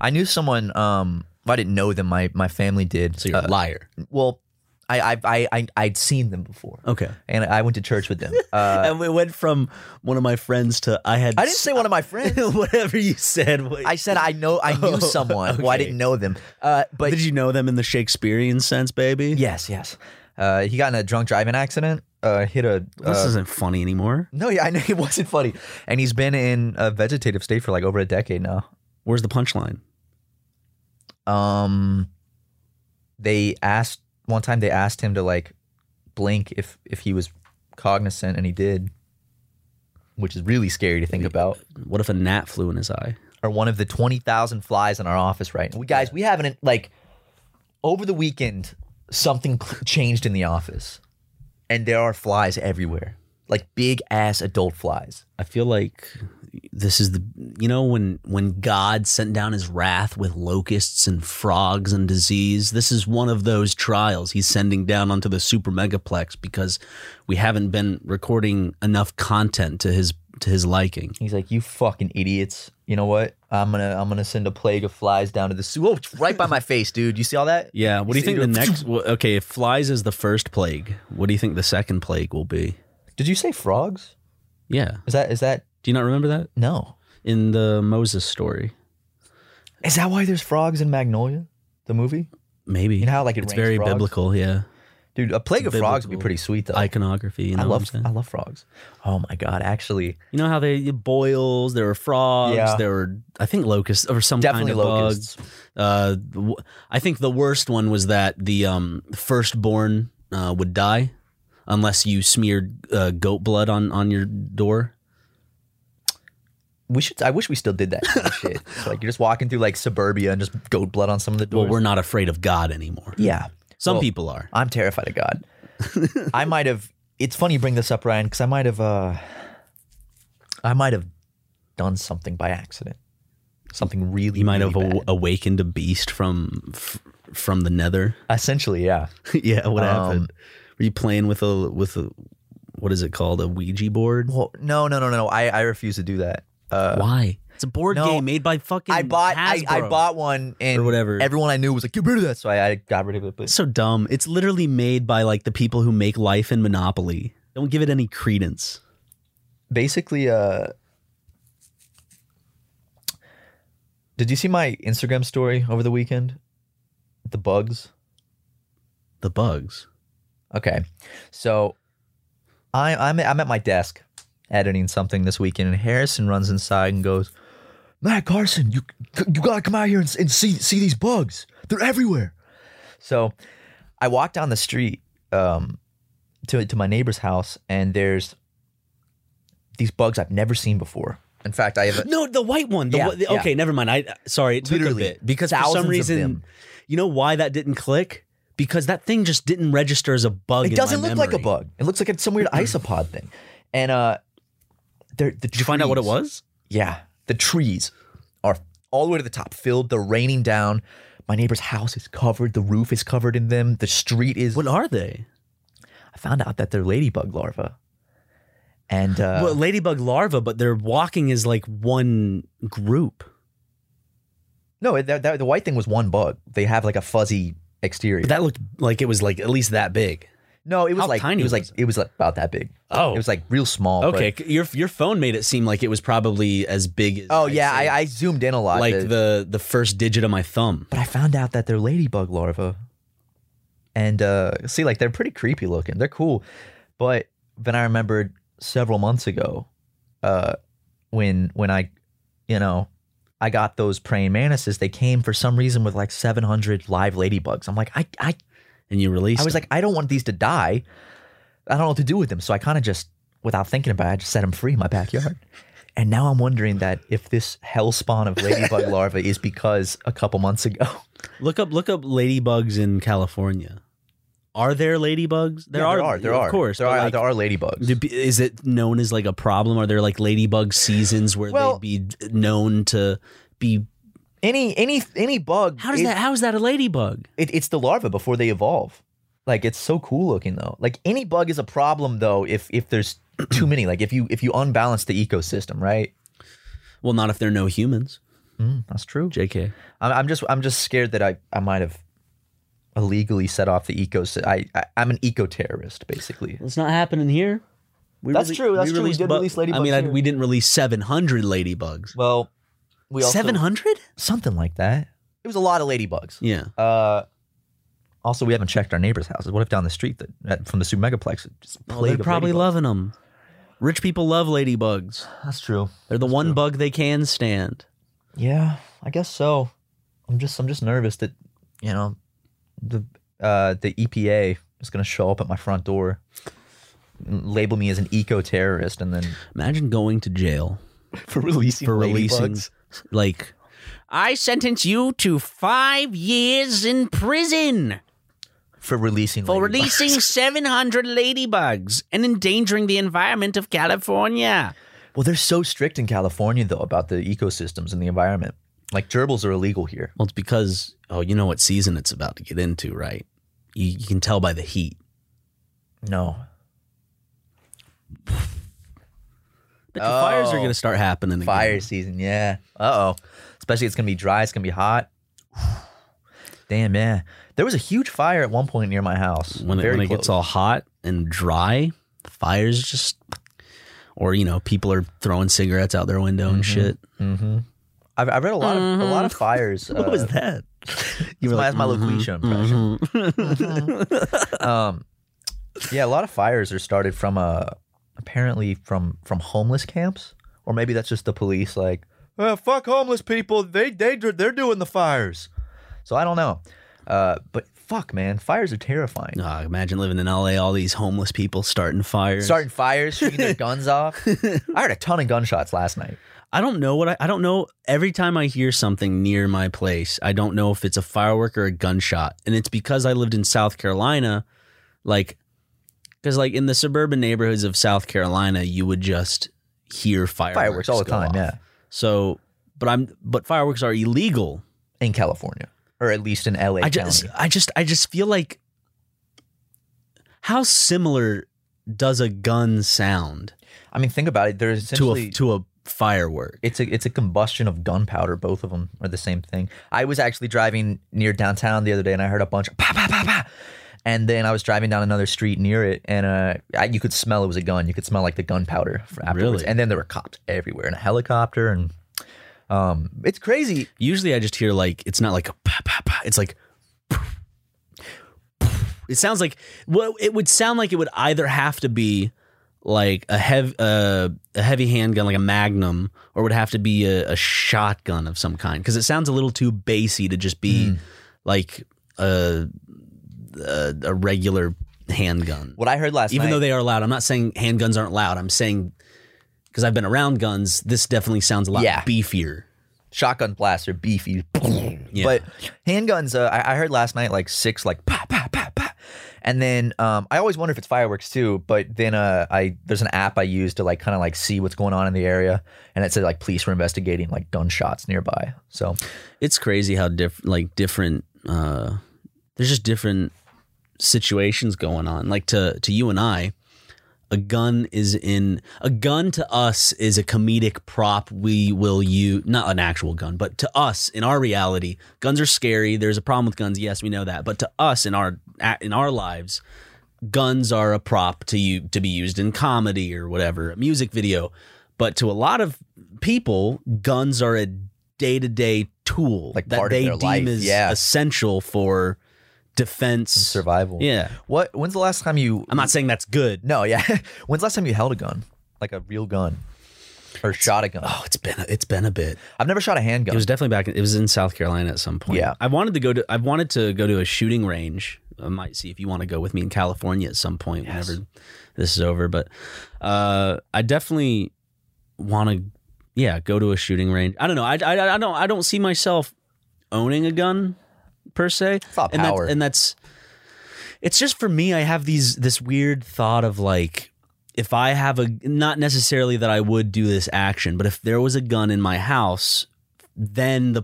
I knew someone. Um, well, I didn't know them. My my family did. so you're Uh, a liar well, I I I I I'd seen them before. okay and I went to church with them. Uh, and we went from one of my friends to i had I didn't say one of my friends. whatever you said was- I said I know I knew someone. Well, I Oh, okay. didn't know them. Uh, but Did you know them in the Shakespearean sense, baby? yes, yes. Uh, he got in a drunk driving accident. Uh, hit a. This uh, isn't funny anymore. no, yeah, I know it wasn't funny, and he's been in a vegetative state for like over a decade now. Where's the punchline? Um, they asked one time. They asked him to like blink if if he was cognizant, and he did, which is really scary to think about. What if a gnat flew in his eye? are one of the 20,000 flies in our office right now. We guys, we haven't like over the weekend something cl- changed in the office. And there are flies everywhere. Like big ass adult flies. I feel like this is the you know when when God sent down his wrath with locusts and frogs and disease. This is one of those trials he's sending down onto the super megaplex because we haven't been recording enough content to his to his liking. He's like, "You fucking idiots. You know what? I'm going to I'm going to send a plague of flies down to the zoo. Oh, it's right by my face, dude. You see all that? Yeah. What do you See, think the you're- next? well, Okay, if flies is the first plague, what do you think the second plague will be? Did you say frogs? Yeah. Is that is that Do you not remember that? no. in the Moses story. Is that why there's frogs in Magnolia? The movie? Maybe You know how, like, it it's rains very frogs? biblical, yeah. Dude, a plague of frogs would be Biblical pretty sweet though. Iconography. You know I what love I'm saying? I love frogs. Oh my god, actually. You know how they it boils. There were frogs. Yeah. There were I think locusts or some Definitely kind of locusts. bugs. Uh, w- I think the worst one was that the um, firstborn uh, would die unless you smeared uh, goat blood on on your door. We should. I wish we still did that kind of shit. It's like you're just walking through like suburbia and just goat blood on some of the Well, doors. we're not afraid of God anymore. yeah, Some Well, people are. I'm terrified of God. I might have. It's funny you bring this up, Ryan, because I might have. uh I might have done something by accident. Something really. You might have really aw- bad. awakened a beast from f- from the nether. Essentially, yeah. yeah, what Um, happened? Were you playing with a with a what is it called? A Ouija board? Well, no, no, no, no. I I refuse to do that. Uh, Why? It's a board no, game made by fucking I bought I, I Hasbro. bought one and Or whatever. Everyone I knew was like, get rid of that. So I, I got rid of it. But It's so dumb. It's literally made by like the people who make life and Monopoly. Don't give it any credence. basically uh did you see my instagram story over the weekend the bugs The bugs. okay so i i'm i'm at my desk editing something this weekend, and Harrison runs inside and goes, "Matt Carson, you you gotta come out here and, and see see these bugs. They're everywhere." So, I walked down the street um, to to my neighbor's house, and there's these bugs I've never seen before. In fact, I have a, No, the white one. The Yeah, wh- the- yeah. Okay, never mind. I sorry, it took Literally a bit because for thousands some of reason, them. you know why that didn't click? Because that thing just didn't register as a bug. It in doesn't my look like a memory. bug. It looks like it's some weird isopod thing. And uh, they're, the Did you find out what it trees- was? Yeah, the trees are all the way to the top, filled. They're raining down. My neighbor's house is covered. The roof is covered in them. The street is. What are they? I found out that they're ladybug larvae. And uh, well, ladybug larva, but they're walking as like one group. no, that, that, the white thing was one bug. They have like a fuzzy exterior. But that looked like it was like at least that big. no, it was how like tiny it was like was it? it was like about that big. Oh. it was like real small. but- Okay, c- your your phone made it seem like it was probably as big as. oh I'd yeah, say, I, I zoomed in a lot. like The- the the first digit of my thumb. but I found out that they're ladybug larvae. And uh, see, like they're pretty creepy looking. They're cool, but then I remembered several months ago, uh, when when I, you know, I got those praying mantises. They came for some reason with like 700 live ladybugs. I'm like, I I And you released. I was like, I don't want these to die. I don't know what to do with them. So I kind of just, without thinking about it, I just set them free in my backyard. and now I'm wondering that if this hell spawn of ladybug larvae is because a couple months ago. Look up look up ladybugs in California. Are there ladybugs? There, Yeah, are, There of are. course. There but, are. like, there are ladybugs. do- Is it known as like a problem? Are there like ladybug seasons where Well- they'd be known to be? any any any bug. How does it- that? How is that a ladybug? It, it's the larva before they evolve. Like it's so cool looking though. Like any bug is a problem though if if there's too many. Like if you if you unbalance the ecosystem, right? Well, not if they're no humans. Mm, that's true. Jk. I'm, I'm just I'm just scared that I I might have illegally set off the ecosystem. I, I I'm an eco terrorist basically. It's not happening here. We That's true, that's we true. We released did bu- release I ladybugs mean, I, here. we didn't release seven hundred ladybugs. Well, we also Seven hundred? something like that. It was a lot of ladybugs. Yeah. Uh, also, we haven't checked our neighbors' houses. What if down the street that, that from the super megaplex? Just Oh, they're plague of probably ladybugs? loving them. Rich people love ladybugs. That's true. They're the one bug they can stand. Yeah, I guess so. I'm just I'm just nervous that you know the uh, the EPA is going to show up at my front door, and label me as an eco terrorist, and then Imagine going to jail for releasing for releasing like I sentence you to 5 years in prison for releasing for ladybugs. releasing 700 ladybugs and endangering the environment of California. Well, they're so strict in California though about the ecosystems and the environment. Like gerbils are illegal here. Well, it's because oh, you know what season it's about to get into, right? You, you can tell by the heat. No, But the fires are Oh. going to start happening again. fire season. Yeah. Uh oh. Especially it's gonna be dry. It's gonna be hot. Damn man, there was a huge fire at one point near my house. when it, Very when it gets close. all hot and dry, the fires just or you know, people are throwing cigarettes out their window and shit. Mhm. I've, I've read a lot of a lot of fires. What was uh, that? You were mm-hmm, that's my mm-hmm. Lucretia impression. Um, yeah, a lot of fires are started from uh, apparently from from homeless camps, or maybe that's just the police. Like, "Oh, fuck homeless people. They they they're doing the fires. So I don't know. Uh, but fuck, man, fires are terrifying. Ah, imagine living in LA, all these homeless people starting fires. Starting fires, shooting their guns off. I heard a ton of gunshots last night. I don't know what I, I don't know. Every time I hear something near my place, I don't know if it's a firework or a gunshot. And it's because I lived in South Carolina, like, because like in the suburban neighborhoods of South Carolina, you would just hear fireworks, Fireworks all the go time, off. yeah. So, but I'm but fireworks are illegal. In California, or at least in LA County. I just I just I just feel like how similar does a gun sound I mean, think about it. There's to essentially a to a firework? It's a it's a combustion of gunpowder. Both of them are the same thing. I was actually driving near downtown the other day, and I heard a bunch of pa pa pa pa, and then I was driving down another street near it, and uh, I, you could smell it was a gun. You could smell like the gunpowder for afterwards. Really? And then there were cops everywhere, and a helicopter, and um, it's crazy. Usually, I just hear like it's not like a pa pa pa. It's like it sounds like well, it would sound like it would either have to be like a heavy uh, a heavy handgun like a magnum or would have to be a, a shotgun of some kind because it sounds a little too bassy to just be like a, a a regular handgun What I heard last even night. though they are loud i'm not saying handguns aren't loud i'm saying because i've been around guns this definitely sounds a lot Yeah. beefier shotgun blasts are beefy. Yeah. But handguns, uh, I, I heard last night like six, like pa pa pa pa, and then um, I always wonder if it's fireworks too. But then uh, I there's an app I use to like kind of like see what's going on in the area, and it said like police were investigating like gunshots nearby. So it's crazy how different like different uh there's just different situations going on like to to you and i a gun is in a gun to us is a comedic prop we will use not an actual gun but to us in our reality guns are scary there's a problem with guns yes we know that but to us in our in our lives guns are a prop to you to be used in comedy or whatever a music video but to a lot of people guns are a day-to-day tool Like that part of they their deem life, as yeah. essential for defense survival. yeah What? When's the last time you? i'm not saying that's good No. Yeah. when's the last time you held a gun, like a real gun, or shot a gun? oh it's been a, it's been a bit I've never shot a handgun. It was definitely back. It was in South Carolina at some point. Yeah. I wanted to go to. I wanted to go to a shooting range. I might see if you want to go with me in California at some point whenever this is over. But uh, I definitely want to. Yeah, go to a shooting range. I don't know. I, I, I don't I don't see myself owning a gun per se. not and, that- power. and that's. It's just for me. I have these this weird thought of like if I have a not necessarily that I would do this action, but if there was a gun in my house, then the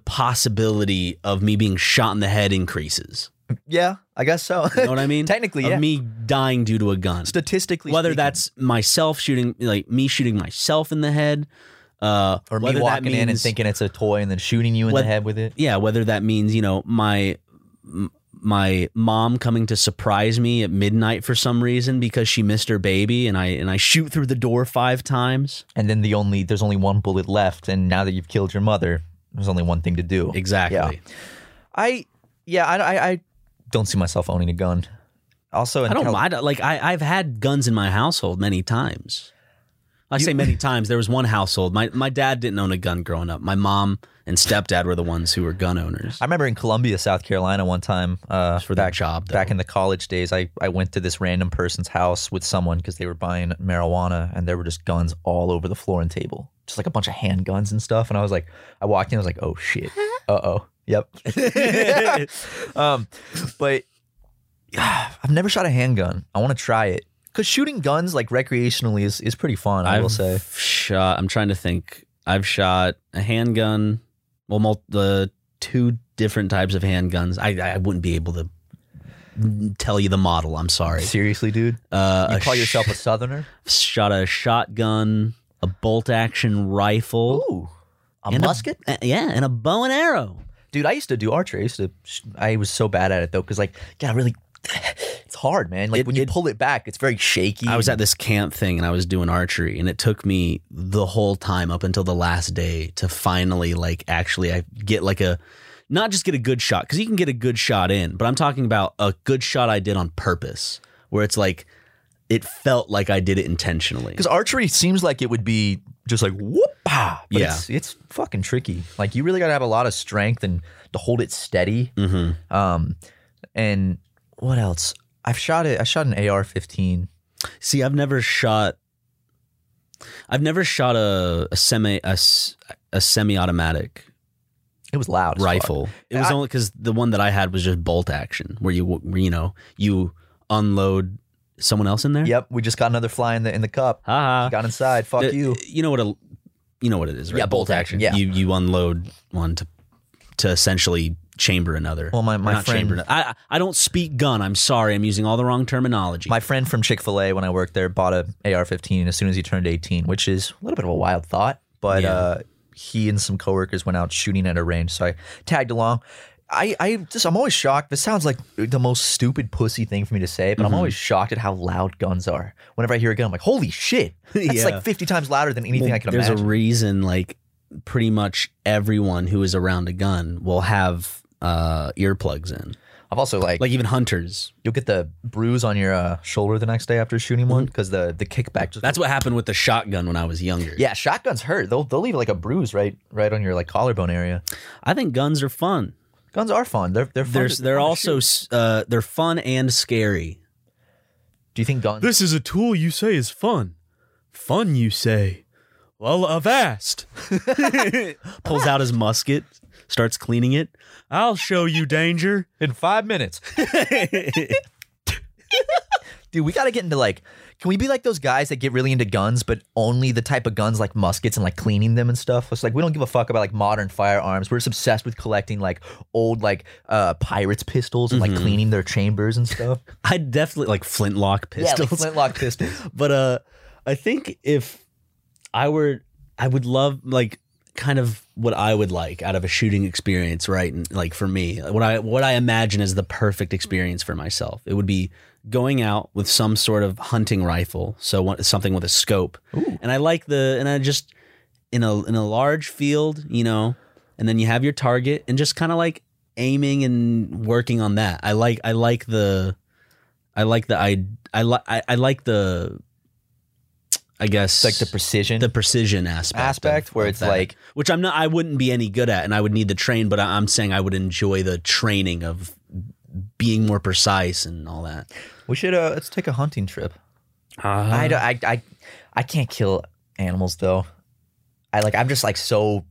possibility of me being shot in the head increases. yeah, I guess so. You know what I mean? Technically, of yeah. me dying due to a gun. Statistically, Whether speaking. that's myself shooting, like me shooting myself in the head, uh, or me whether that walking in and means- thinking it's a toy and then shooting you in What- the head with it. yeah, whether that means you know my m- my mom coming to surprise me at midnight for some reason because she missed her baby, and I and I shoot through the door five times. and then the only there's only one bullet left and now that you've killed your mother there's only one thing to do Exactly. Yeah. i yeah i i, I don't see myself owning a gun also in I don't Cal- mind. Like I, I've had guns in my household many times. I say many times. There was one household. My my dad didn't own a gun growing up. My mom and stepdad were the ones who were gun owners. I remember in Columbia, South Carolina, one time uh, for their back, job, though. back in the college days, I, I went to this random person's house with someone because they were buying marijuana and there were just guns all over the floor and table, just like a bunch of handguns and stuff. And I was like, I walked in, I was like, oh shit, uh oh, yep. um, but I've never shot a handgun. I want to try it because shooting guns like recreationally is is pretty fun. I will I've say. shot. I'm trying to think. I've shot a handgun. Well, mul- the two different types of handguns. I I wouldn't be able to tell you the model. I'm sorry. Seriously, dude, Uh, you a call sh- yourself a southerner? shot a shotgun, a bolt action rifle, Ooh, a and musket. uh, yeah, and a bow and arrow. dude i used to do archery i used to sh- i was so bad at it though because like yeah really it's hard man like It- when you it- pull it back it's very shaky I was at this camp thing and I was doing archery and it took me the whole time up until the last day to finally like actually I get like a not just get a good shot cuz you can get a good shot in but I'm talking about a good shot I did on purpose where it's like it felt like I did it intentionally. because archery seems like it would be just like whoop ah, but Yeah. it's, it's fucking tricky like you really gotta have a lot of strength and to hold it steady Mhm. um and what else i've shot it i shot an ar-15 See, I've never shot I've never shot a, a semi a, s- a semi-automatic it was loud as fuck. rifle. It was I- only because the one that I had was just bolt action, where you where, you know you unload someone else in there. yep we just got another fly in the in the cup Ha ha. got inside fuck The- you You know what a you know what it is, right? Yeah, bolt action, yeah. You you unload one to to essentially chamber another. Well, my- Or my not friend- chamber. I I I don't speak gun. I'm sorry. I'm using all the wrong terminology. My friend from Chick Fil A, when I worked there, bought a AR-15 as soon as he turned 18, which is a little bit of a wild thought. But Yeah. uh, he and some coworkers went out shooting at a range, so I tagged along. I, I just I'm always shocked. This sounds like the most stupid pussy thing for me to say, but I'm Mm-hmm. always shocked at how loud guns are. Whenever I hear a gun, I'm like, holy shit! That's Yeah. like 50 times louder than anything Well, I can there's imagine. a reason, like pretty much everyone who is around a gun will have uh earplugs in I've also like, Like even hunters. you'll get the bruise on your uh, shoulder the next day after shooting Mm-hmm. one because the the kickback just That's what happened with the shotgun when I was younger. yeah shotguns hurt they'll they'll leave like a bruise right right on your like collarbone area. I think guns are fun. Guns are fun. They're they're fun They're to- they're fun to also shoot. s- uh, they're fun and scary. Do you think guns? This is a tool you say is fun. Fun, you say. Well, avast. Pulls Ah. out his musket, starts cleaning it. I'll show you danger. in five minutes. Dude, we gotta get into like, can we be like those guys that get really into guns, but only the type of guns like muskets and like cleaning them and stuff? It's like we don't give a fuck about like modern firearms. We're just obsessed with collecting like old like uh pirates pistols and like cleaning their chambers and stuff. I definitely like flintlock Yeah, pistols. like flintlock pistols. but uh I think if I were I would love like kind of what I would like out of a shooting experience, right? And like for me, what I what I imagine is the perfect experience for myself. It would be going out with some sort of hunting rifle, so one, something with a scope. And I like the and I just in a in a large field, you know, and then you have your target and just kind of like aiming and working on that. I like I like the I like the I I like I, I like the I guess It's like the precision. the precision aspect Aspect of- where of it's that, like- which I'm not I wouldn't be any good at and I would need the train but I, I'm saying I would enjoy the training of being more precise and all that. we should uh let's take a hunting trip. I, Uh-huh. don't- I I I can't kill animals though. I like I'm just like so.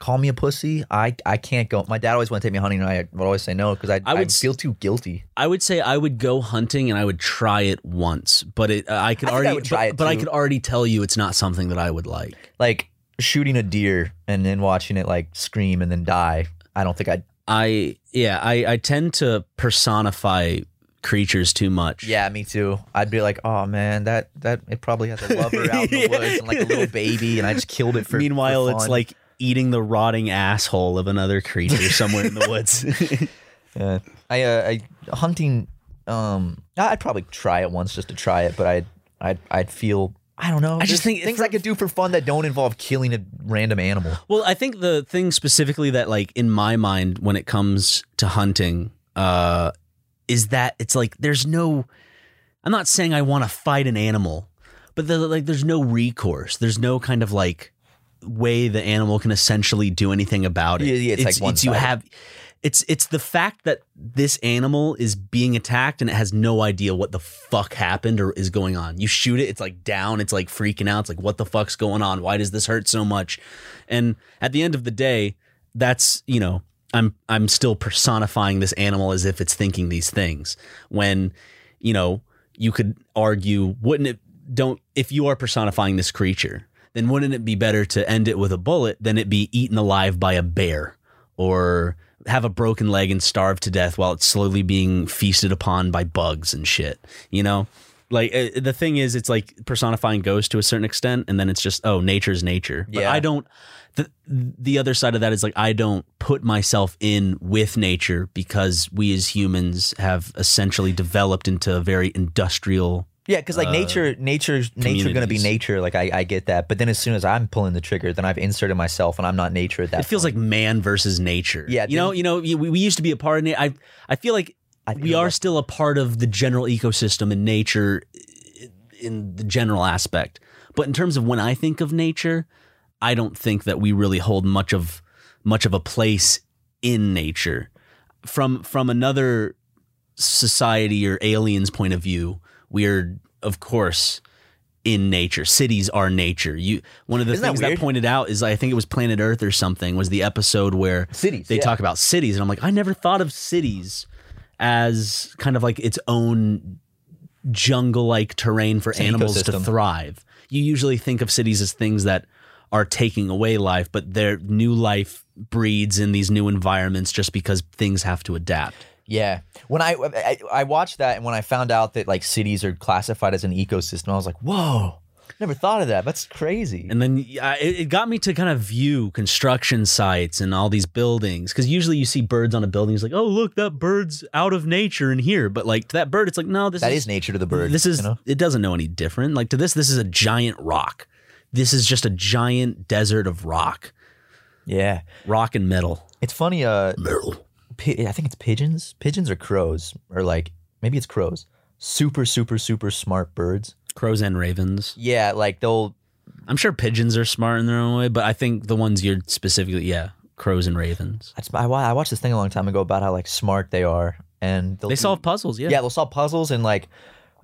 Call me a pussy. I I can't go. My dad always wanted to take me hunting, and I would always say no because I I I would would s- feel too guilty. I would say I would go hunting and I would try it once, but it I could I think I already would try but, it but I too. could already tell you it's not something that I would like. Like shooting a deer and then watching it like scream and then die. I don't think I'd. I yeah, I I tend to personify creatures too much. Yeah, me too. I'd be like, oh man, that that it probably has a lover out in the woods and like a little baby, and I just killed it for. for Meanwhile, it's fun." like eating the rotting asshole of another creature somewhere in the woods. Yeah. I, uh, I hunting. Um, I- I'd probably try it once just to try it, but I, I'd, I'd feel. I don't know. I There's just think things for- I could do for fun that don't involve killing a random animal. Well, I think the thing specifically that, like, in my mind, when it comes to hunting, uh, is that it's like there's no. I'm not saying I want to fight an animal, but the, like, there's no recourse. There's no kind of like way the animal can essentially do anything about it. Yeah, yeah, it's like it's you one-sided. have. It's it's the fact that this animal is being attacked and it has no idea what the fuck happened or is going on. You shoot it, it's like down, it's like freaking out, it's like what the fuck's going on? Why does this hurt so much? And at the end of the day, that's, you know, I'm I'm still personifying this animal as if it's thinking these things. When, you know, you could argue, wouldn't it don't if you are personifying this creature, then wouldn't it be better to end it with a bullet than it be eaten alive by a bear or have a broken leg and starve to death while it's slowly being feasted upon by bugs and shit, you know? Like uh, the thing is, it's like personifying ghosts to a certain extent, and then it's just oh, nature's nature. But Yeah. I don't. The, the other side of that is like I don't put myself in with nature because we as humans have essentially developed into a very industrial. Yeah, because like Uh, nature, nature's nature gonna be communities. nature. Like I, I get that, but then as soon as I'm pulling the trigger, then I've inserted myself, and I'm not nature at that. It feels like man versus nature. Yeah, you know, didn't- you know, we, we used to be a part of. Na- I I feel like I we feel are like- still a part of the general ecosystem and nature i- in the general aspect. But in terms of when I think of nature, I don't think that we really hold much of much of a place in nature. From from another society or aliens point of view, we're of course in nature. Cities are nature. You one of the Isn't that things that, weird? pointed out is I think it was Planet Earth or something was the episode where cities. they yeah. talk about cities and i'm like i never thought of cities as kind of like its own jungle like terrain for an animals to ecosystem. thrive you usually think of cities as things that are taking away life but their new life breeds in these new environments just because things have to adapt Yeah. When I, I I watched that, and when I found out that like cities are classified as an ecosystem, I was like, whoa, never thought of that. That's crazy. and then I, it it got me to kind of view construction sites and all these buildings because usually you see birds on a building it's like oh look that bird's out of nature in here but like to that bird it's like no this that is is nature to the bird. This is you know? it doesn't know any different. Like to this, this is a giant rock. This is just a giant desert of rock, yeah. rock and metal. It's funny. Uh, Metal. pi- I think it's pigeons. Pigeons or crows, or like maybe it's crows. Super, super, super smart birds. Crows and ravens. Yeah, like they'll. I'm sure pigeons are smart in their own way, but I think the ones you're specifically, yeah, crows and ravens. I, just- I, wa- I watched this thing a long time ago about how like smart they are, and they'll They do- solve puzzles, yeah. Yeah, they'll solve puzzles and like.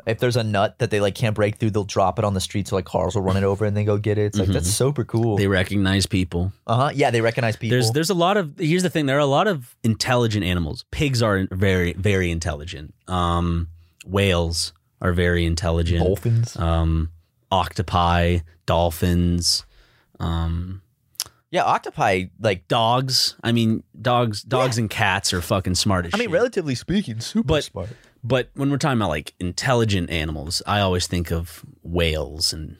If there's a nut that they like can't break through, they'll drop it on the street so like cars will run it over and they go get it. It's like that's super cool. Mm-hmm. They recognize people. Uh huh. Yeah, they recognize people. There's there's a lot of here's the thing. There are a lot of intelligent animals. Pigs are very very intelligent. Um, whales are very intelligent. dolphins. Um, octopi, dolphins, um, Yeah, octopi like dogs. I mean, dogs dogs and cats are fucking smart as I mean, shit. relatively speaking, super But- smart. But when we're talking about like intelligent animals, I always think of whales and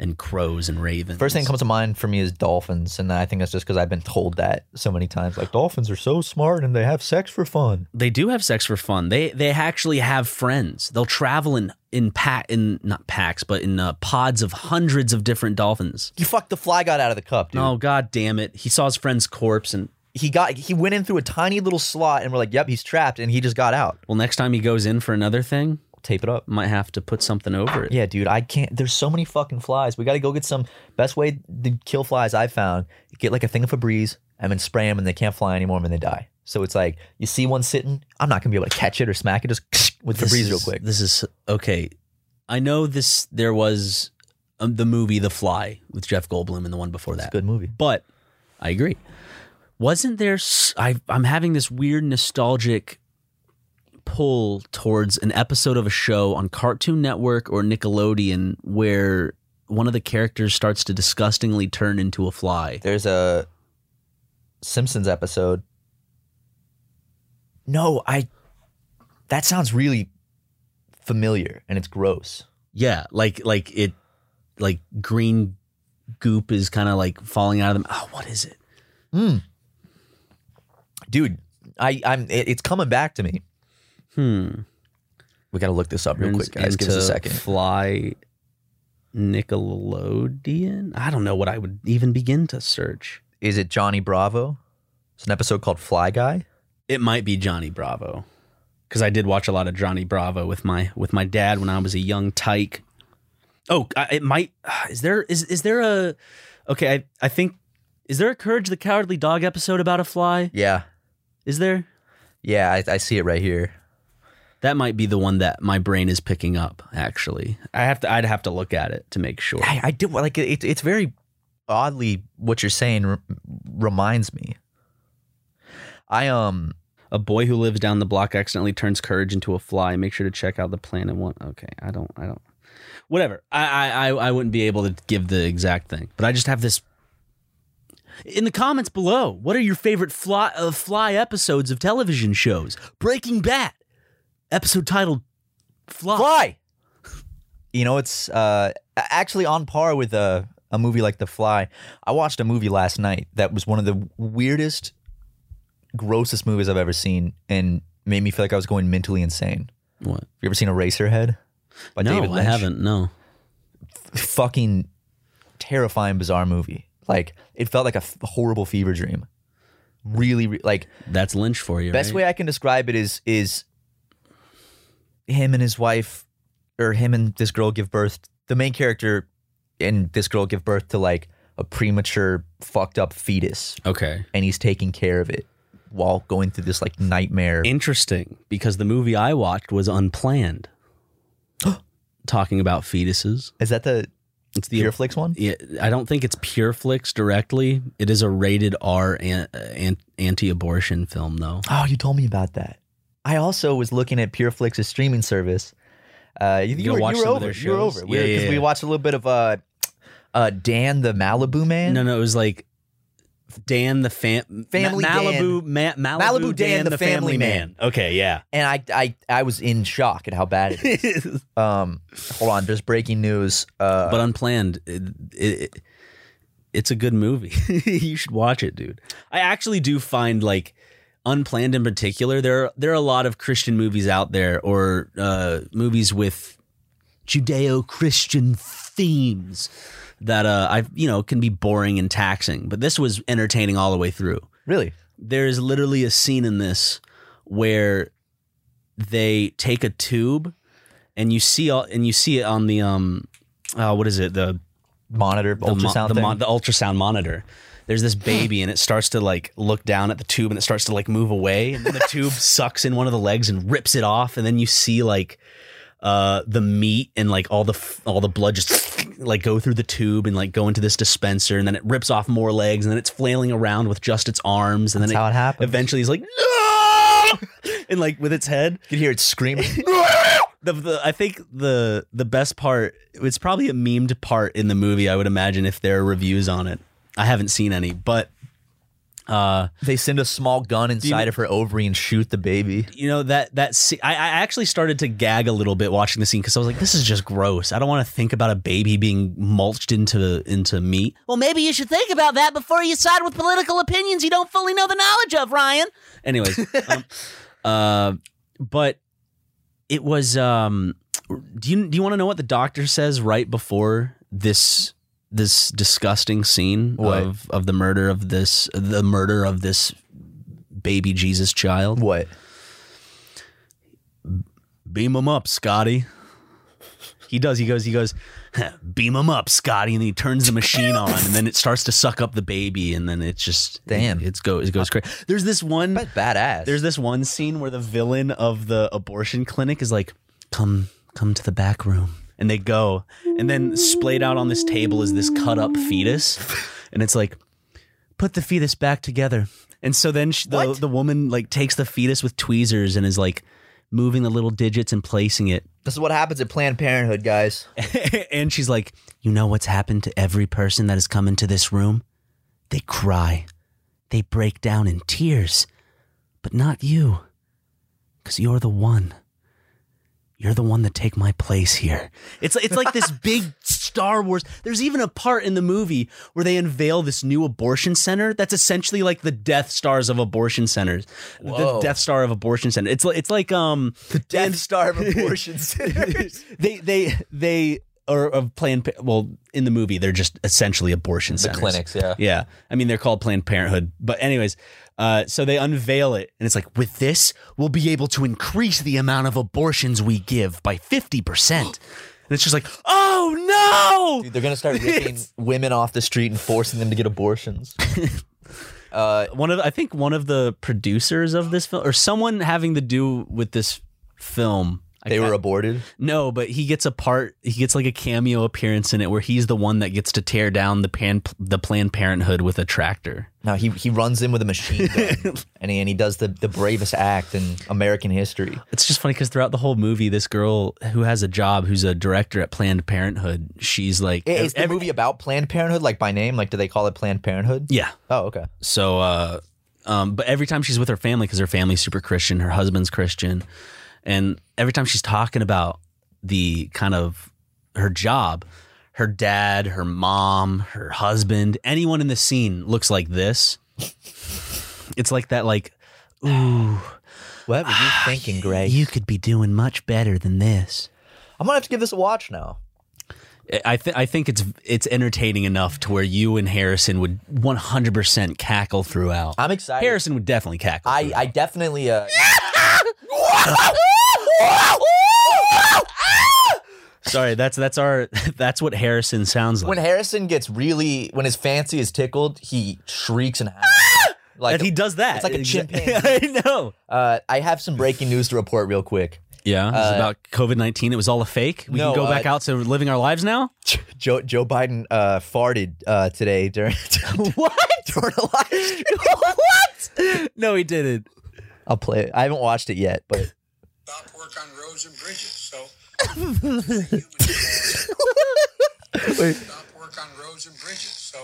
and crows and ravens. First thing that comes to mind for me is dolphins, and I think that's just because I've been told that so many times. Like dolphins are so smart and they have sex for fun. they do have sex for fun. They they actually have friends. They'll travel in in pack in not packs, but in uh, pods of hundreds of different dolphins. You fucked the fly got out of the cup, dude. Oh god damn it! He saw his friend's corpse, and He got he went in through a tiny little slot, and we're like, "Yep, he's trapped," and he just got out. well, next time he goes in for another thing, Tape it up. might have to put something over it. Yeah, dude, I can't. There's so many fucking flies. We got to go get some. Best way to kill flies I've found: get like a thing of Febreze and then spray them, and they can't fly anymore, and then they die. So it's like you see one sitting. I'm not gonna be able to catch it or smack it. Just with This Febreze real is- quick. This is okay. I know this. There was um, the movie The Fly with Jeff Goldblum, and the one before that. Good movie. But I agree. Wasn't there? s- I, am having this weird nostalgic pull towards an episode of a show on Cartoon Network or Nickelodeon where one of the characters starts to disgustingly turn into a fly. There's a Simpsons episode. No, I. That sounds really familiar, and it's gross. Yeah, like like it, like green goop is kind of like falling out of them. Oh, what is it? Dude, I, I'm. It, it's coming back to me. Hmm. We gotta look this up real quick, guys. Give us a into second. Fly Nickelodeon. I don't know what I would even begin to search. Is it Johnny Bravo? It's an episode called Fly Guy. It might be Johnny Bravo, because I did watch a lot of Johnny Bravo with my with my dad when I was a young tyke. Oh, I, it might. Is there is is there a? Okay, I I think is there a Courage the Cowardly Dog episode about a fly? Yeah, Is there? yeah, I, I see it right here. That might be the one that my brain is picking up. Actually, I have to. I'd have to look at it to make sure. I, I do like it, It's very oddly what you're saying re- reminds me. I um. A boy who lives down the block accidentally turns courage into a fly. Make sure to check out the planet one. Okay, I don't, I don't. Whatever. I, I, I- I wouldn't be able to give the exact thing, but I just have this. In the comments below, what are your favorite fly uh, fly episodes of television shows? Breaking Bad, episode titled "Fly." Fly. You know, it's uh, a- actually on par with a, a movie like The Fly. I watched a movie last night that was one of the weirdest, grossest movies I've ever seen and made me feel like I was going mentally insane. What? Have you ever seen Eraserhead? By no, David I Lynch? haven't. No. Fucking terrifying, bizarre movie. Like, it felt like a f- horrible fever dream. Really, re- like, That's Lynch for you. Best right? way I can describe it is is him and his wife, or him and this girl give birth. The main character and this girl give birth to like a premature, fucked up fetus, Okay. and he's taking care of it while going through this like nightmare. Interesting, because the movie I watched was unplanned. Talking about fetuses. is that the It's the Pureflix one? Yeah, I don't think it's Pureflix directly. It is a rated R an, uh, an, anti-abortion film, though. Oh, you told me about that. I also was looking at Pureflix's streaming service. Uh, you, you gonna were, watch you were some of over. their You were shows? over. Yeah, we, yeah, 'cause we yeah. watched a little bit of uh, uh, Dan the Malibu Man. No, no, it was like Dan the fam- Family Ma- Malibu Ma- Malibu, Malibu Dan the Family Man. Okay, yeah. and I, I I was in shock at how bad it is. um, hold on, there's breaking news. Uh, but unplanned. It, it, it's a good movie. you should watch it, dude. I actually do find like unplanned in particular. There are, there are a lot of Christian movies out there or uh, movies with Judeo-Christian themes that uh, I you know can be boring and taxing. But this was entertaining all the way through. really, There is literally a scene in this where they take a tube and you see all, and you see it on the um uh, what is it the Monitor the mo- ultrasound the, thing. mon- the ultrasound monitor. There's this baby and it starts to like look down at the tube and it starts to like move away and then the tube sucks in one of the legs and rips it off and then you see like uh the meat and like all the f- all the blood just like go through the tube and like go into this dispenser and then it rips off more legs and then it's flailing around with just its arms and That's then how it happens. eventually he's like no and like with its head you can hear it screaming. the, the I think the the best part it's probably a memed part in the movie I would imagine if there are reviews on it. I haven't seen any, but uh they send a small gun inside of her ovary and shoot the baby. you know that that se- I, I actually started to gag a little bit watching the scene because I was like this is just gross. I don't want to think about a baby being mulched into into meat. Well, maybe you should think about that before you side with political opinions you don't fully know the knowledge of, Ryan. Anyways, um, uh, but it was um do you do you want to know what the doctor says right before this this disgusting scene What? of of the murder of this the murder of this baby Jesus child? What? Beam him up, Scotty. He does. He goes. He goes. Beam him up, Scotty, and then he turns the machine on, and then it starts to suck up the baby, and then it's just Damn. It, it's go. It goes crazy. There's this one. That's badass. There's this one scene where the villain of the abortion clinic is like, "Come, come to the back room," and they go, and then splayed out on this table is this cut up fetus, and it's like, "Put the fetus back together." And so then she, the the woman like takes the fetus with tweezers and is like moving the little digits and placing it, this is what happens at Planned Parenthood, guys. and she's like, "You know what's happened to every person that has come into this room? They cry, they break down in tears, but not you, because you're the one. You're the one that take my place here. It's it's like this big Star Wars. There's even a part in the movie where they unveil this new abortion center that's essentially like the Death Stars of abortion centers, the Whoa. Death Star of abortion center. It's like it's like um Death Star of abortion centers. they they they are of planned Pa- well in the movie they're just essentially abortion the centers. clinics, yeah. yeah i mean they're called planned parenthood but anyways uh, so they unveil it and it's like with this we'll be able to increase the amount of abortions we give by 50% and it's just like oh Dude, they're gonna start ripping women off the street and forcing them to get abortions. uh, no one of i think one of the producers of this film or someone having to do with this film I they can't- were aborted. No, but he gets a part. He gets like a cameo appearance in it where he's the one that gets to tear down the pan the Planned Parenthood with a tractor. No, he he runs in with a machine gun and he, and he does the, the bravest act in American history. It's just funny because throughout the whole movie, this girl who has a job, who's a director at Planned Parenthood, she's like, I- Is the every- movie about Planned Parenthood, like by name? Like, do they call it Planned Parenthood? yeah. Oh, okay. So, uh, um, but every time she's with her family, because her family's super Christian, her husband's Christian, and every time she's talking about the kind of her job, her dad, her mom, her husband, anyone in the scene looks like this. it's like that, like, ooh, What were Ah, you thinking, Greg? you could be doing much better than this. I'm gonna have to give this a watch now. I think I think it's it's entertaining enough to where you and Harrison would 100% cackle throughout. I'm excited. Harrison would definitely cackle. I I definitely uh. Sorry, that's that's our that's what Harrison sounds like. when Harrison gets really when his fancy is tickled, he shrieks and howls. Like And he does that. it's like a chimpanzee. I know. Uh, I have some breaking news to report real quick. Yeah, Uh, about COVID nineteen. It was all a fake. We no, can go back uh, out to living our lives now. Joe Joe Biden uh, farted uh, today during what during a live stream. what? No, he didn't. I'll play it. I haven't watched it yet, but stop work on roads and bridges. So stop work on roads and bridges. So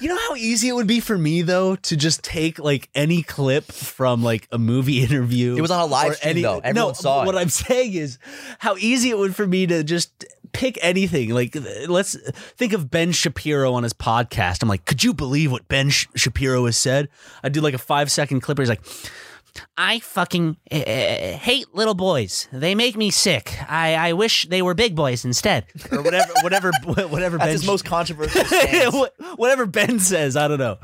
You know how easy it would be for me though to just take like any clip from like a movie interview. It was on a live or stream, though. Everyone no, saw it. What I'm saying is how easy it would for me to just pick anything. Like let's think of Ben Shapiro on his podcast. I'm like, could you believe what Ben Sh- Shapiro has said? I eh, do like a five second clip. Where he's like. I fucking uh, hate little boys. They make me sick. I, I wish they were big boys instead, or whatever, whatever, whatever. That's Ben his most controversial stance. Wh- Whatever Ben says, I don't know.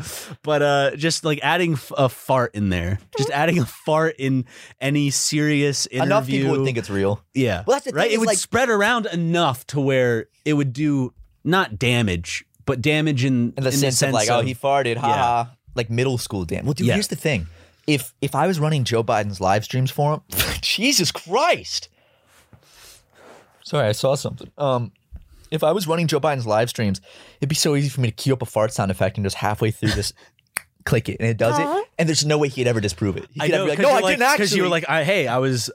But uh, just like adding f- a fart in there, just adding a fart in any serious interview. Mm-hmm. Enough people would think it's real. yeah. Well, that's the right. thing it is, would like- spread around enough to where it would do not damage, but damage in, in the sense of like, oh, he farted, ha Yeah. ha. Like middle school damn. Well, dude, Yeah. here's the thing: if if I was running Joe Biden's live streams for him, Jesus Christ. Sorry, I saw something. Um, if I was running Joe Biden's live streams, it'd be so easy for me to cue up a fart sound effect and just halfway through just click it, and it does it. And there's no way he'd ever disprove it. He I could know, ever be like, no, 'cause you're I like- didn't actually. you were like, I, hey, I was.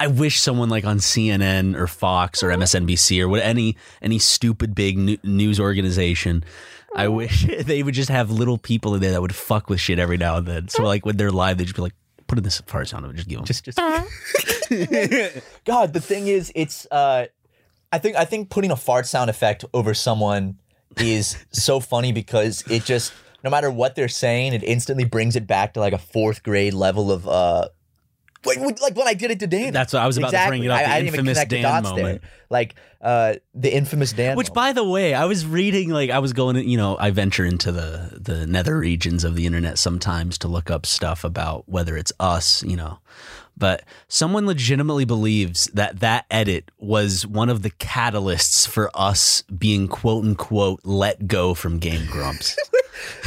I wish someone like on CNN or Fox Mm-hmm. or MSNBC or what any any stupid big nu- news organization. Mm-hmm. I wish they would just have little people in there that would fuck with shit every now and then. Mm-hmm. So like when they're live, they'd just be like, put in this fart sound and just give them. just just God, the thing is it's uh I think I think putting a fart sound effect over someone is so funny because it just no matter what they're saying, it instantly brings it back to like a fourth grade level of uh like, like when I did it to Dan. That's what I was about to bring it up, I, the I didn't even infamous connect the Dan dots moment. there. Like uh the infamous Dan Which, moment. by the way, I was reading. Like, I was going. You know, I venture into the the nether regions of the internet sometimes to look up stuff about whether it's us. You know, but someone legitimately believes that that edit was one of the catalysts for us being quote unquote let go from Game Grumps.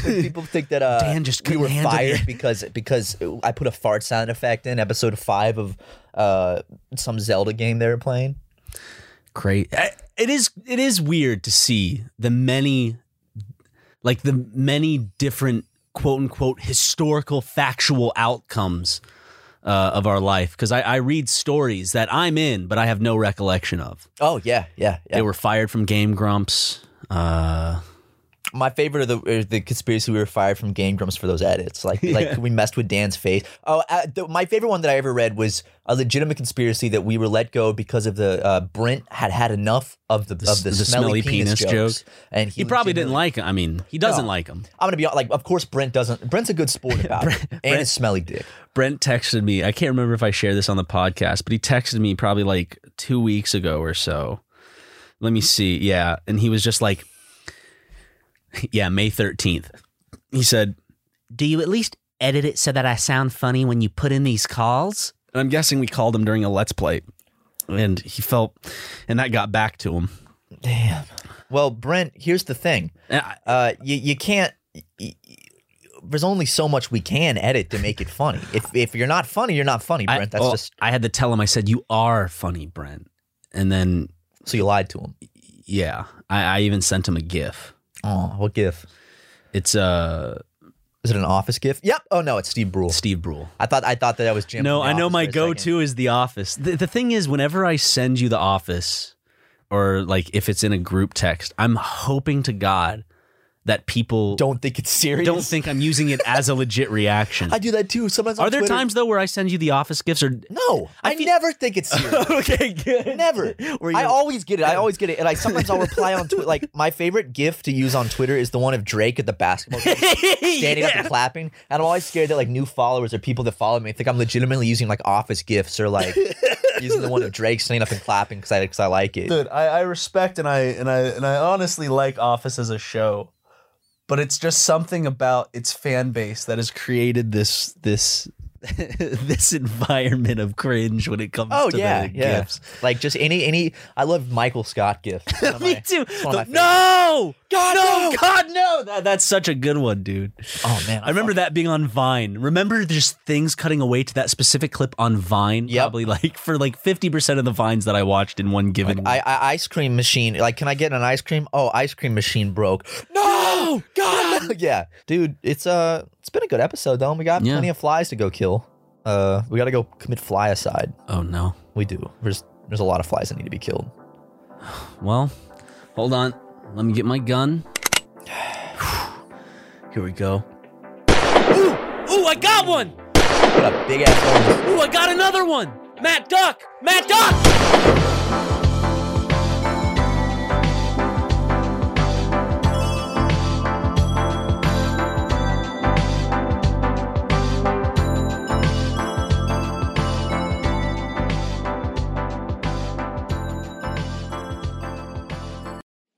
people think that uh Dan just we couldn't were handle the- fired because because I put a fart sound effect in episode five of uh some Zelda game they were playing. Great. eh, It is. It is weird to see the many, like the many different quote unquote historical factual outcomes uh, of our life. Because I, I read stories that I'm in, but I have no recollection of. Oh yeah, yeah, yeah. They were fired from Game Grumps. Uh, my favorite of the is the conspiracy we were fired from Game Grumps for those edits. Like like we messed with Dan's face. Oh, uh, the, my favorite one that I ever read was a legitimate conspiracy that we were let go because of the uh, Brent had had enough of the, of the, the smelly, smelly penis, penis jokes, joke. and he, he probably didn't legitimately- like. 'em. I mean, he doesn't No. like him. I'm gonna be like, of course Brent doesn't. Brent's a good sport about it, and Brent- his smelly dick. Brent texted me. I can't remember if I shared this on the podcast, but he texted me probably like two weeks ago or so. Let me see. Yeah. And he was just like, yeah, May 13th. He said, Do you at least edit it so that I sound funny when you put in these calls? and I'm guessing we called him during a Let's Play. And he felt, and that got back to him. Damn. Well, Brent, here's the thing. And I- Uh, you you can't. y- y- there's only so much we can edit to make it funny. If if you're not funny, you're not funny, I- Brent. That's well, just I had to tell him, I said, you are funny, Brent. And then, so you lied to him. yeah, I, I even sent him a GIF. Oh, what gif? It's uh, Is it an office gif? Yep. Oh no, it's Steve Brule. Steve Brule. I thought I thought that that was Jim. No, from The I know Office my for a go second. to is The Office. The, the thing is, whenever I send you The Office, or like if it's in a group text, I'm hoping to God that people Don't think it's serious. don't think I'm using it as a legit reaction. I do that too. Sometimes on Are there Twitter- times though where I send you The Office gifts or? No, I, feel- never think it's serious. okay, good. Never. Where I you- always get it. I always get it. And I sometimes I'll reply on Twitter. Like my favorite GIF to use on Twitter is the one of Drake at the basketball game, standing up and clapping. And I'm always scared that like new followers or people that follow me think I'm legitimately using like office gifts or like using the one of Drake standing up and clapping because I because I like it. Dude, I, I respect and I and I and I honestly like Office as a show, but it's just something about its fan base that has created this this. this environment of cringe when it comes Oh to yeah, the yeah. gifts. Like just any any. I love Michael Scott gifts. Me too. one of The- my no, God, no, God, no. That, that's such a good one, dude. Oh man, I remember that being on Vine. Remember just things cutting away to that specific clip on Vine. Yep. Probably like for like 50% of the Vines that I watched in one given. I, I ice cream machine. Like, can I get an ice cream? Oh, ice cream machine broke. No, God. no. yeah, dude. It's uh, it's been a good episode though. and We got Yeah. plenty of flies to go kill. Uh, we got to go commit fly aside. oh no. We do. There's there's a lot of flies that need to be killed. Well, hold on. Let me get my gun. Here we go. Ooh, ooh, I got one. What a big ass. hole. Ooh, I got another one. Matt Duck. Matt Duck.